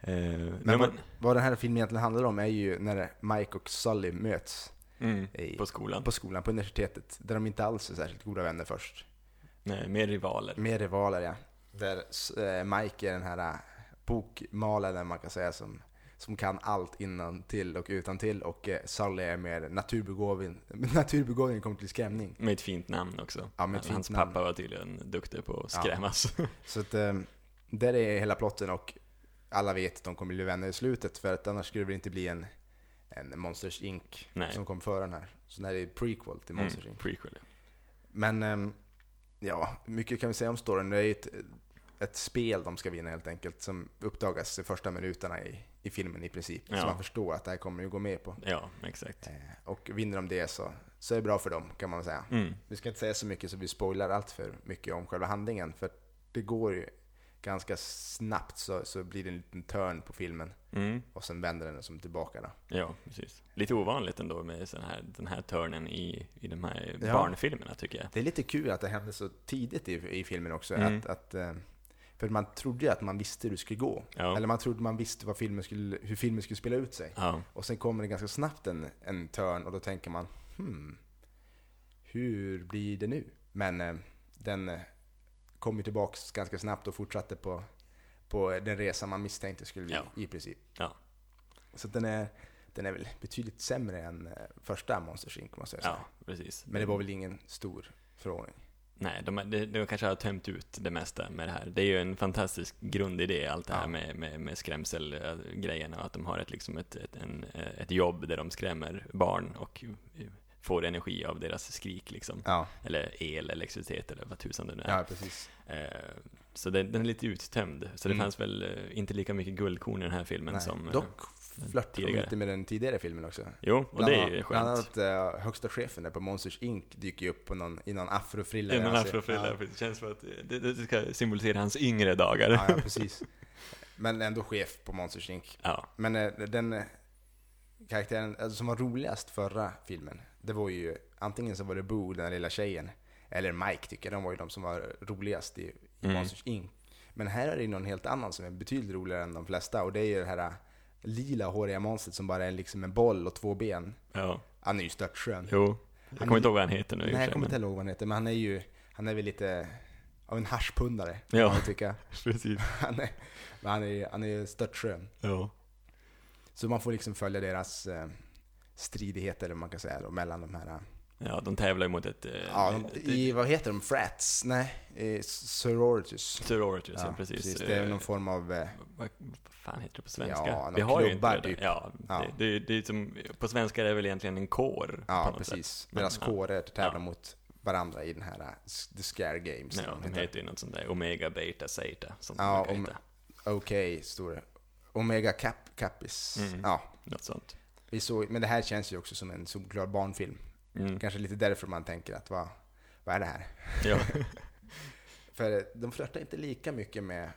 Speaker 2: Eh, nej,
Speaker 1: Men vad,
Speaker 2: men,
Speaker 1: vad den här filmen egentligen handlar om är ju när Mike och Sully möts
Speaker 2: mm,
Speaker 1: i,
Speaker 2: på skolan.
Speaker 1: på skolan, på universitetet, där de inte alls är särskilt goda vänner först.
Speaker 2: Nej, mer rivaler.
Speaker 1: Mer rivaler ja. Där eh, Mike är den här eh, bokmalaren man kan säga som, som kan allt innan till och utan till och eh, Sully är mer naturbegåvning. naturbegåvning kommer till skrämning.
Speaker 2: Med ett fint namn också.
Speaker 1: Ja, med ett
Speaker 2: Hans
Speaker 1: fint namn.
Speaker 2: pappa var tydligen duktig på att
Speaker 1: Ja.
Speaker 2: skrämmas.
Speaker 1: Så att, eh, där är hela plotten och alla vet att de kommer bli vänner i slutet för att annars skulle det inte bli en, en Monsters Inc.
Speaker 2: Nej.
Speaker 1: som kom före den här. Så den här är prequel till Monsters
Speaker 2: Mm,
Speaker 1: Inc.
Speaker 2: prequel.
Speaker 1: Men ehm, ja, mycket kan vi säga om storyn. Det är ju ett, ett spel de ska vinna helt enkelt som uppdagas i första minuterna i, i filmen i princip. Så
Speaker 2: Ja.
Speaker 1: man förstår att det här kommer ju gå med på.
Speaker 2: Ja, exakt.
Speaker 1: Eh, och vinner de det så, så är det bra för dem kan man väl säga.
Speaker 2: Mm.
Speaker 1: Vi ska inte säga så mycket så vi spoilar allt för mycket om själva handlingen för det går ju ganska snabbt så, så blir det en liten törn på filmen
Speaker 2: Mm.
Speaker 1: och sen vänder den som tillbaka. Då.
Speaker 2: Ja, precis. Lite ovanligt ändå med sån här, den här törnen i, i de här
Speaker 1: Ja.
Speaker 2: barnfilmerna tycker jag.
Speaker 1: Det är lite kul att det hände så tidigt i, i filmen också.
Speaker 2: Mm.
Speaker 1: Att, att, eh, för man trodde ju att man visste hur det skulle gå.
Speaker 2: Ja.
Speaker 1: Eller man trodde man visste vad filmen skulle, hur filmen skulle spela ut sig.
Speaker 2: ja.
Speaker 1: Och sen kommer det ganska snabbt en, en törn och då tänker man hmm, hur blir det nu? Men eh, den eh, kom ju tillbaks ganska snabbt och fortsatte på, på den resa man misstänkte skulle bli
Speaker 2: Ja.
Speaker 1: i princip.
Speaker 2: Ja.
Speaker 1: Så att den är, den är väl betydligt sämre än eh, första Monsters Inc. måste jag säga.
Speaker 2: ja, precis.
Speaker 1: Men det var väl ingen stor förordning.
Speaker 2: Nej, de, de, de kanske har tömt ut det mesta med det här. Det är ju en fantastisk grundidé, allt det här
Speaker 1: Ja.
Speaker 2: med, med, med skrämselgrejen och att de har ett, liksom ett, ett, en, eh, ett jobb där de skrämmer barn och eh, får energi av deras skrik liksom.
Speaker 1: Ja,
Speaker 2: Eller el, elektricitet eller vad tusan det nu är.
Speaker 1: ja precis.
Speaker 2: Eh, Så den, den är lite uttömd. Så det
Speaker 1: Mm.
Speaker 2: fanns väl eh, inte lika mycket guldkorn i den här filmen
Speaker 1: Nej.
Speaker 2: som... eh,
Speaker 1: Dock flörtade de
Speaker 2: tidigare.
Speaker 1: lite med den tidigare filmen också.
Speaker 2: Jo, och
Speaker 1: Bland
Speaker 2: det är
Speaker 1: annat-
Speaker 2: ju
Speaker 1: Bland
Speaker 2: skönt.
Speaker 1: annat eh, högsta chefen där på Monsters Inc. dyker ju upp på någon, i någon afrofrilla.
Speaker 2: Det är
Speaker 1: där
Speaker 2: någon
Speaker 1: han ser-
Speaker 2: afrofrilla,
Speaker 1: Ja.
Speaker 2: för det känns som att det, det ska symbolisera hans yngre dagar.
Speaker 1: Ja, ja, precis. Men ändå chef på Monsters Inc.
Speaker 2: Ja,
Speaker 1: Men eh, den eh, karaktären alltså, som var roligast förra filmen, det var ju antingen så var det Boo, den där lilla tjejen, eller Mike tycker jag. De var ju de som var roligast i, i
Speaker 2: Mm.
Speaker 1: Monsters Inc. Men här är det ju någon helt annan som är betydligt roligare än de flesta och det är ju det här eh, lila håriga monstret som bara är liksom en boll och två ben.
Speaker 2: ja.
Speaker 1: Han är ju störtskön.
Speaker 2: Jo. Jag
Speaker 1: Han-
Speaker 2: kommer inte ihåg vad han heter nu i och
Speaker 1: Nej,
Speaker 2: för
Speaker 1: jag
Speaker 2: sig,
Speaker 1: kommer
Speaker 2: men-
Speaker 1: inte ihåg vad han heter, men han är ju, han är väl lite av en haschpundare. kan
Speaker 2: Ja.
Speaker 1: man tycka.
Speaker 2: Precis.
Speaker 1: Han är, men han är, han är störtskön.
Speaker 2: Ja.
Speaker 1: Så man får liksom följa deras eh, stridigheter, eller vad man kan säga då, mellan de här... eh,
Speaker 2: ja, de tävlar ju mot ett... eh,
Speaker 1: Ja, de,
Speaker 2: ett-
Speaker 1: i, vad heter de? Frats? Nej, eh, sororities.
Speaker 2: ett Sororities, ja, precis.
Speaker 1: Det är
Speaker 2: Eh,
Speaker 1: någon form av... eh,
Speaker 2: Vad vad fan heter det på svenska?
Speaker 1: Ja,
Speaker 2: Vi
Speaker 1: någon
Speaker 2: har ju inte
Speaker 1: klubbar
Speaker 2: det.
Speaker 1: typ.
Speaker 2: Ja,
Speaker 1: Ja.
Speaker 2: Det, det, det är som, på svenska är det väl egentligen en kår på
Speaker 1: Ja,
Speaker 2: något sätt.
Speaker 1: precis. Deras
Speaker 2: Ja.
Speaker 1: kårer tävlar
Speaker 2: Ja.
Speaker 1: mot varandra i den här eh, s- The Scare Games.
Speaker 2: Ja, de heter ju något sånt där Omega, Beta, Zeta. Sånt
Speaker 1: Ja,
Speaker 2: ja,
Speaker 1: om-
Speaker 2: om...
Speaker 1: Okej, står det. Omega Cap, Capis.
Speaker 2: Mm.
Speaker 1: Ja,
Speaker 2: Något sånt.
Speaker 1: vi såg, men det här känns ju också som en solklar barnfilm.
Speaker 2: Mm.
Speaker 1: Kanske lite därför man tänker att vad, vad är det här?
Speaker 2: Ja.
Speaker 1: För eh, de flörtar inte lika mycket med,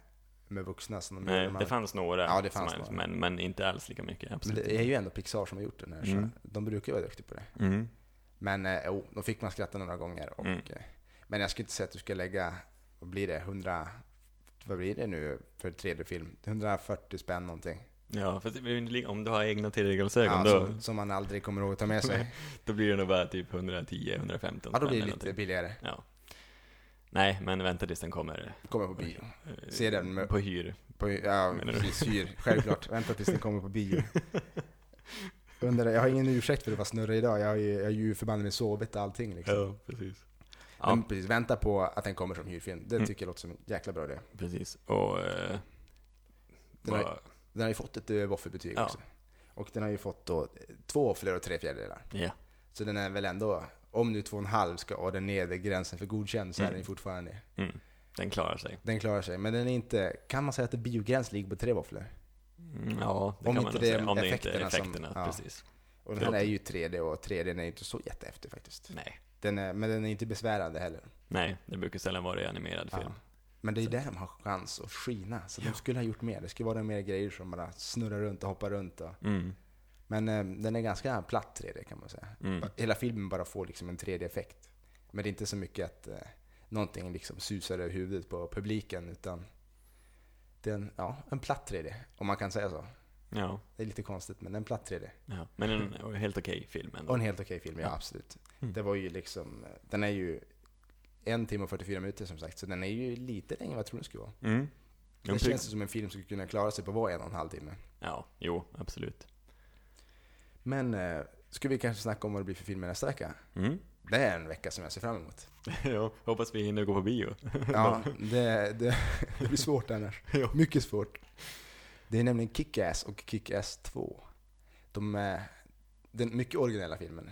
Speaker 1: med vuxna som de
Speaker 2: Nej,
Speaker 1: gör med de
Speaker 2: det
Speaker 1: andra.
Speaker 2: fanns några,
Speaker 1: Ja, det fanns
Speaker 2: som,
Speaker 1: några.
Speaker 2: Men, men inte alls lika mycket.
Speaker 1: Men
Speaker 2: Absolut.
Speaker 1: det är ju ändå Pixar som har gjort den här,
Speaker 2: Mm.
Speaker 1: så de brukar ju vara duktiga på det.
Speaker 2: Mm.
Speaker 1: Men eh, jo, då fick man skratta några gånger. Och,
Speaker 2: Mm.
Speaker 1: eh, Men jag skulle inte säga att du ska lägga, vad blir det, 100, vad blir det nu för 3D-film? 140 spänn någonting.
Speaker 2: Ja, fast det blir ju inte li- om du har egna tillgångsögon
Speaker 1: Ja,
Speaker 2: då,
Speaker 1: som, som man aldrig kommer ihåg att ta med sig.
Speaker 2: då blir det nog bara typ 110-115
Speaker 1: ja, då blir det lite billigare.
Speaker 2: Ja. Nej, men vänta tills den kommer.
Speaker 1: Kommer på bio.
Speaker 2: eh,
Speaker 1: Se den med-
Speaker 2: På hyr.
Speaker 1: På, ja,
Speaker 2: Menar du?
Speaker 1: precis, hyr. Självklart. Vänta tills den kommer på bio. Undrar, jag har ingen ursäkt för att vara snurrig idag. Jag är ju, jag är ju förbannad med sovit och allting. Liksom.
Speaker 2: Ja, precis. Ja,
Speaker 1: Men precis, vänta på att den kommer som hyrfilm. Det
Speaker 2: Mm.
Speaker 1: tycker jag låter som en jäkla bra idé.
Speaker 2: precis. Och... eh,
Speaker 1: Den har-
Speaker 2: bara-
Speaker 1: Den har ju fått ett eh, våffelbetyg
Speaker 2: Ja.
Speaker 1: också. Och den har ju fått då eh, två våfflor och tre fjärdedelar.
Speaker 2: Ja,
Speaker 1: Så den är väl ändå, om nu två och en halv ska vara den nedre gränsen för godkänd så är
Speaker 2: Mm.
Speaker 1: den ju fortfarande
Speaker 2: mm, den klarar sig.
Speaker 1: Den klarar sig, men den är inte, kan man säga att det biogräns ligger på tre våfflor?
Speaker 2: Mm, Ja, det
Speaker 1: Om
Speaker 2: kan
Speaker 1: inte
Speaker 2: man nog
Speaker 1: det är
Speaker 2: säga. Om det inte är
Speaker 1: effekterna som-
Speaker 2: effekterna,
Speaker 1: ja.
Speaker 2: precis.
Speaker 1: Och
Speaker 2: Det
Speaker 1: den här
Speaker 2: låter-
Speaker 1: är ju 3D och 3D är ju inte så jättehäftig faktiskt.
Speaker 2: Nej,
Speaker 1: Den är, men den är inte besvärande heller.
Speaker 2: nej, det brukar sällan vara i animerad
Speaker 1: Ja.
Speaker 2: film.
Speaker 1: Men det är ju där de har chans att skina, så
Speaker 2: Ja.
Speaker 1: de skulle ha gjort mer. Det skulle vara mer grejer som bara snurrar runt och hoppar runt. Och,
Speaker 2: Mm,
Speaker 1: men eh, den är ganska platt 3D kan man säga.
Speaker 2: mm,
Speaker 1: Hela filmen bara får liksom en 3D-effekt. Men det är inte så mycket att eh, någonting liksom susar över huvudet på publiken, utan det är en, ja, en platt 3D, om man kan säga så.
Speaker 2: ja,
Speaker 1: Det är lite konstigt, men en platt 3D.
Speaker 2: ja. Men en och helt okej film
Speaker 1: Och
Speaker 2: ändå.
Speaker 1: en helt okej film, ja
Speaker 2: Ja.
Speaker 1: absolut.
Speaker 2: Mm.
Speaker 1: Det var ju liksom, eh, den är ju en timme och 44 minuter som sagt, så den är ju lite längre än vad jag trodde den skulle vara.
Speaker 2: Mm. Jo,
Speaker 1: Det
Speaker 2: pre-
Speaker 1: känns ju som en film som skulle kunna klara sig på var en och en halv timme.
Speaker 2: Ja, jo, absolut.
Speaker 1: Men eh, ska vi kanske snacka om vad det blir för filmer nästa vecka?
Speaker 2: Mm.
Speaker 1: Det är en vecka som jag ser fram emot.
Speaker 2: ja, hoppas vi hinner gå på bio.
Speaker 1: Ja, det, det, det blir svårt annars.
Speaker 2: Ja.
Speaker 1: Mycket svårt. Det är nämligen Kick-Ass och Kick-Ass 2. De, eh, den mycket originella filmen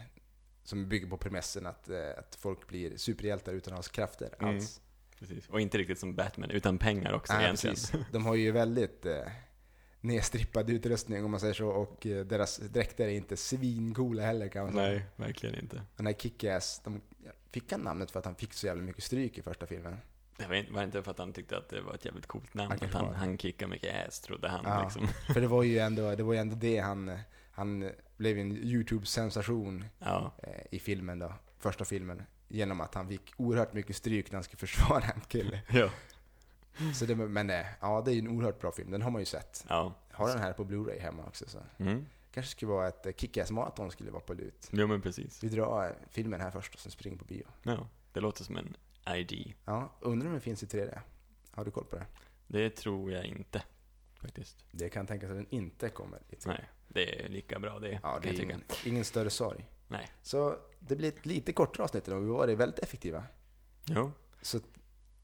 Speaker 1: som bygger på premissen att, eh, att folk blir superhjältar utan att ha krafter
Speaker 2: Mm.
Speaker 1: alls.
Speaker 2: Precis. Och inte riktigt som Batman, utan pengar också
Speaker 1: Ja,
Speaker 2: egentligen.
Speaker 1: precis. De har ju väldigt eh, nedstrippad utrustning om man säger så och eh, deras dräkter är inte svincoola heller kan man säga.
Speaker 2: Nej, verkligen inte.
Speaker 1: Den här Kick-Ass, de, fick han namnet för att han fick så jävla mycket stryk i första filmen?
Speaker 2: Det var inte- var inte för att han tyckte att det var ett jävligt coolt namn,
Speaker 1: Han
Speaker 2: att
Speaker 1: kanske
Speaker 2: han,
Speaker 1: var-
Speaker 2: han kickade mycket ass trodde han
Speaker 1: Ja.
Speaker 2: liksom.
Speaker 1: För det var ju ändå det, var ju ändå det han, han blev en YouTube-sensation
Speaker 2: Ja,
Speaker 1: eh, i filmen då, första filmen. Genom att han fick oerhört mycket stryk när han skulle försvara en kille.
Speaker 2: ja.
Speaker 1: Så det, men eh, ja, det är ju en oerhört bra film. Den har man ju sett.
Speaker 2: ja.
Speaker 1: Jag Har den här på Blu-ray hemma också. Så.
Speaker 2: Mm.
Speaker 1: Kanske skulle vara ett eh, Kick-Ass maraton skulle vara på lut.
Speaker 2: Jo men precis.
Speaker 1: Vi drar eh, filmen här först och sen springer på bio.
Speaker 2: Ja. Det låter som en ID.
Speaker 1: Ja, undrar om den finns i 3D? Har du koll på det?
Speaker 2: Det tror jag inte, faktiskt.
Speaker 1: Det kan tänkas att den inte kommer i 3D.
Speaker 2: Nej, det är lika bra det,
Speaker 1: Ja, det
Speaker 2: kan jag
Speaker 1: är
Speaker 2: tycka.
Speaker 1: ingen, ingen större sorg.
Speaker 2: Nej.
Speaker 1: Så det blir ett lite kortare avsnitt idag. Vi var väldigt effektiva.
Speaker 2: Jo.
Speaker 1: Så,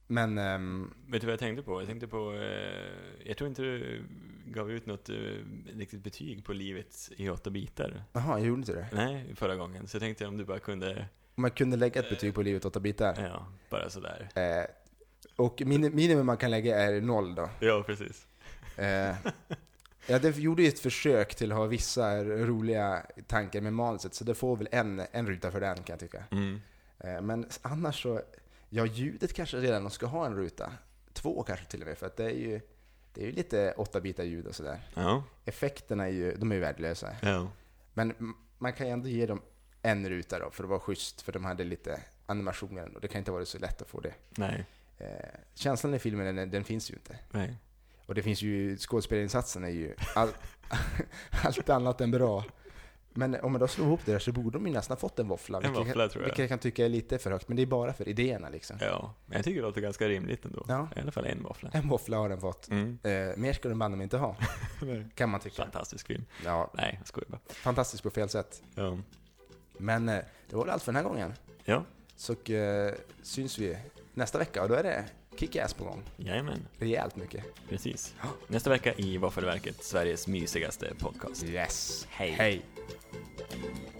Speaker 1: men ehm,
Speaker 2: Vet du vad jag tänkte på? Jag tänkte på, eh, jag tror inte du gav ut något eh, riktigt betyg på livet i åtta bitar.
Speaker 1: Jaha, jag gjorde inte det.
Speaker 2: Nej, förra gången. Så jag tänkte om du bara kunde,
Speaker 1: Om jag kunde lägga ett betyg på livet åtta bitar.
Speaker 2: ja, bara sådär.
Speaker 1: Eh, och min, minimum man kan lägga är noll då.
Speaker 2: Ja, precis.
Speaker 1: Eh, ja, det gjorde ju ett försök till att ha vissa roliga tankar med manuset, så det får väl en, en ruta för den kan jag tycka.
Speaker 2: Mm.
Speaker 1: Eh, men annars så, ja ljudet kanske redan ska ha en ruta. Två kanske till och med, för att det är ju, det är ju lite åtta bitar ljud och sådär.
Speaker 2: Ja.
Speaker 1: Effekterna är ju, de är ju värdelösa.
Speaker 2: Ja.
Speaker 1: Men m- man kan ju ändå ge dem en ruta då, för att vara schysst, för de hade lite animationer och det kan inte vara så lätt att få det.
Speaker 2: Nej.
Speaker 1: Eh, känslan i filmen, den, den finns ju inte.
Speaker 2: Nej.
Speaker 1: Och det finns ju, skådespelarinsatsen är ju all, allt annat än bra. Men om man då slår ihop det där så borde de ju nästan ha fått en våffla.
Speaker 2: En våffla tror
Speaker 1: Vilket
Speaker 2: jag.
Speaker 1: jag kan tycka är lite för högt, men det är bara för idéerna liksom.
Speaker 2: Ja. Men jag tycker det låter ganska rimligt ändå.
Speaker 1: Ja.
Speaker 2: I alla fall en våffla.
Speaker 1: En våffla har den fått.
Speaker 2: Mm.
Speaker 1: Eh, mer ska den banne mig inte ha, kan man tycka.
Speaker 2: Fantastisk film.
Speaker 1: Ja,
Speaker 2: Nej, jag skojar bara.
Speaker 1: fantastiskt på fel sätt.
Speaker 2: Ja.
Speaker 1: Men eh, det var väl allt för den här gången.
Speaker 2: Ja.
Speaker 1: Så eh, syns vi nästa vecka och då är det kick-ass på gång.
Speaker 2: Jajamän.
Speaker 1: Rejält mycket.
Speaker 2: Precis.
Speaker 1: Ja.
Speaker 2: Nästa vecka i Våffelverket, Sveriges mysigaste podcast.
Speaker 1: Yes.
Speaker 2: Hej.
Speaker 1: Hej.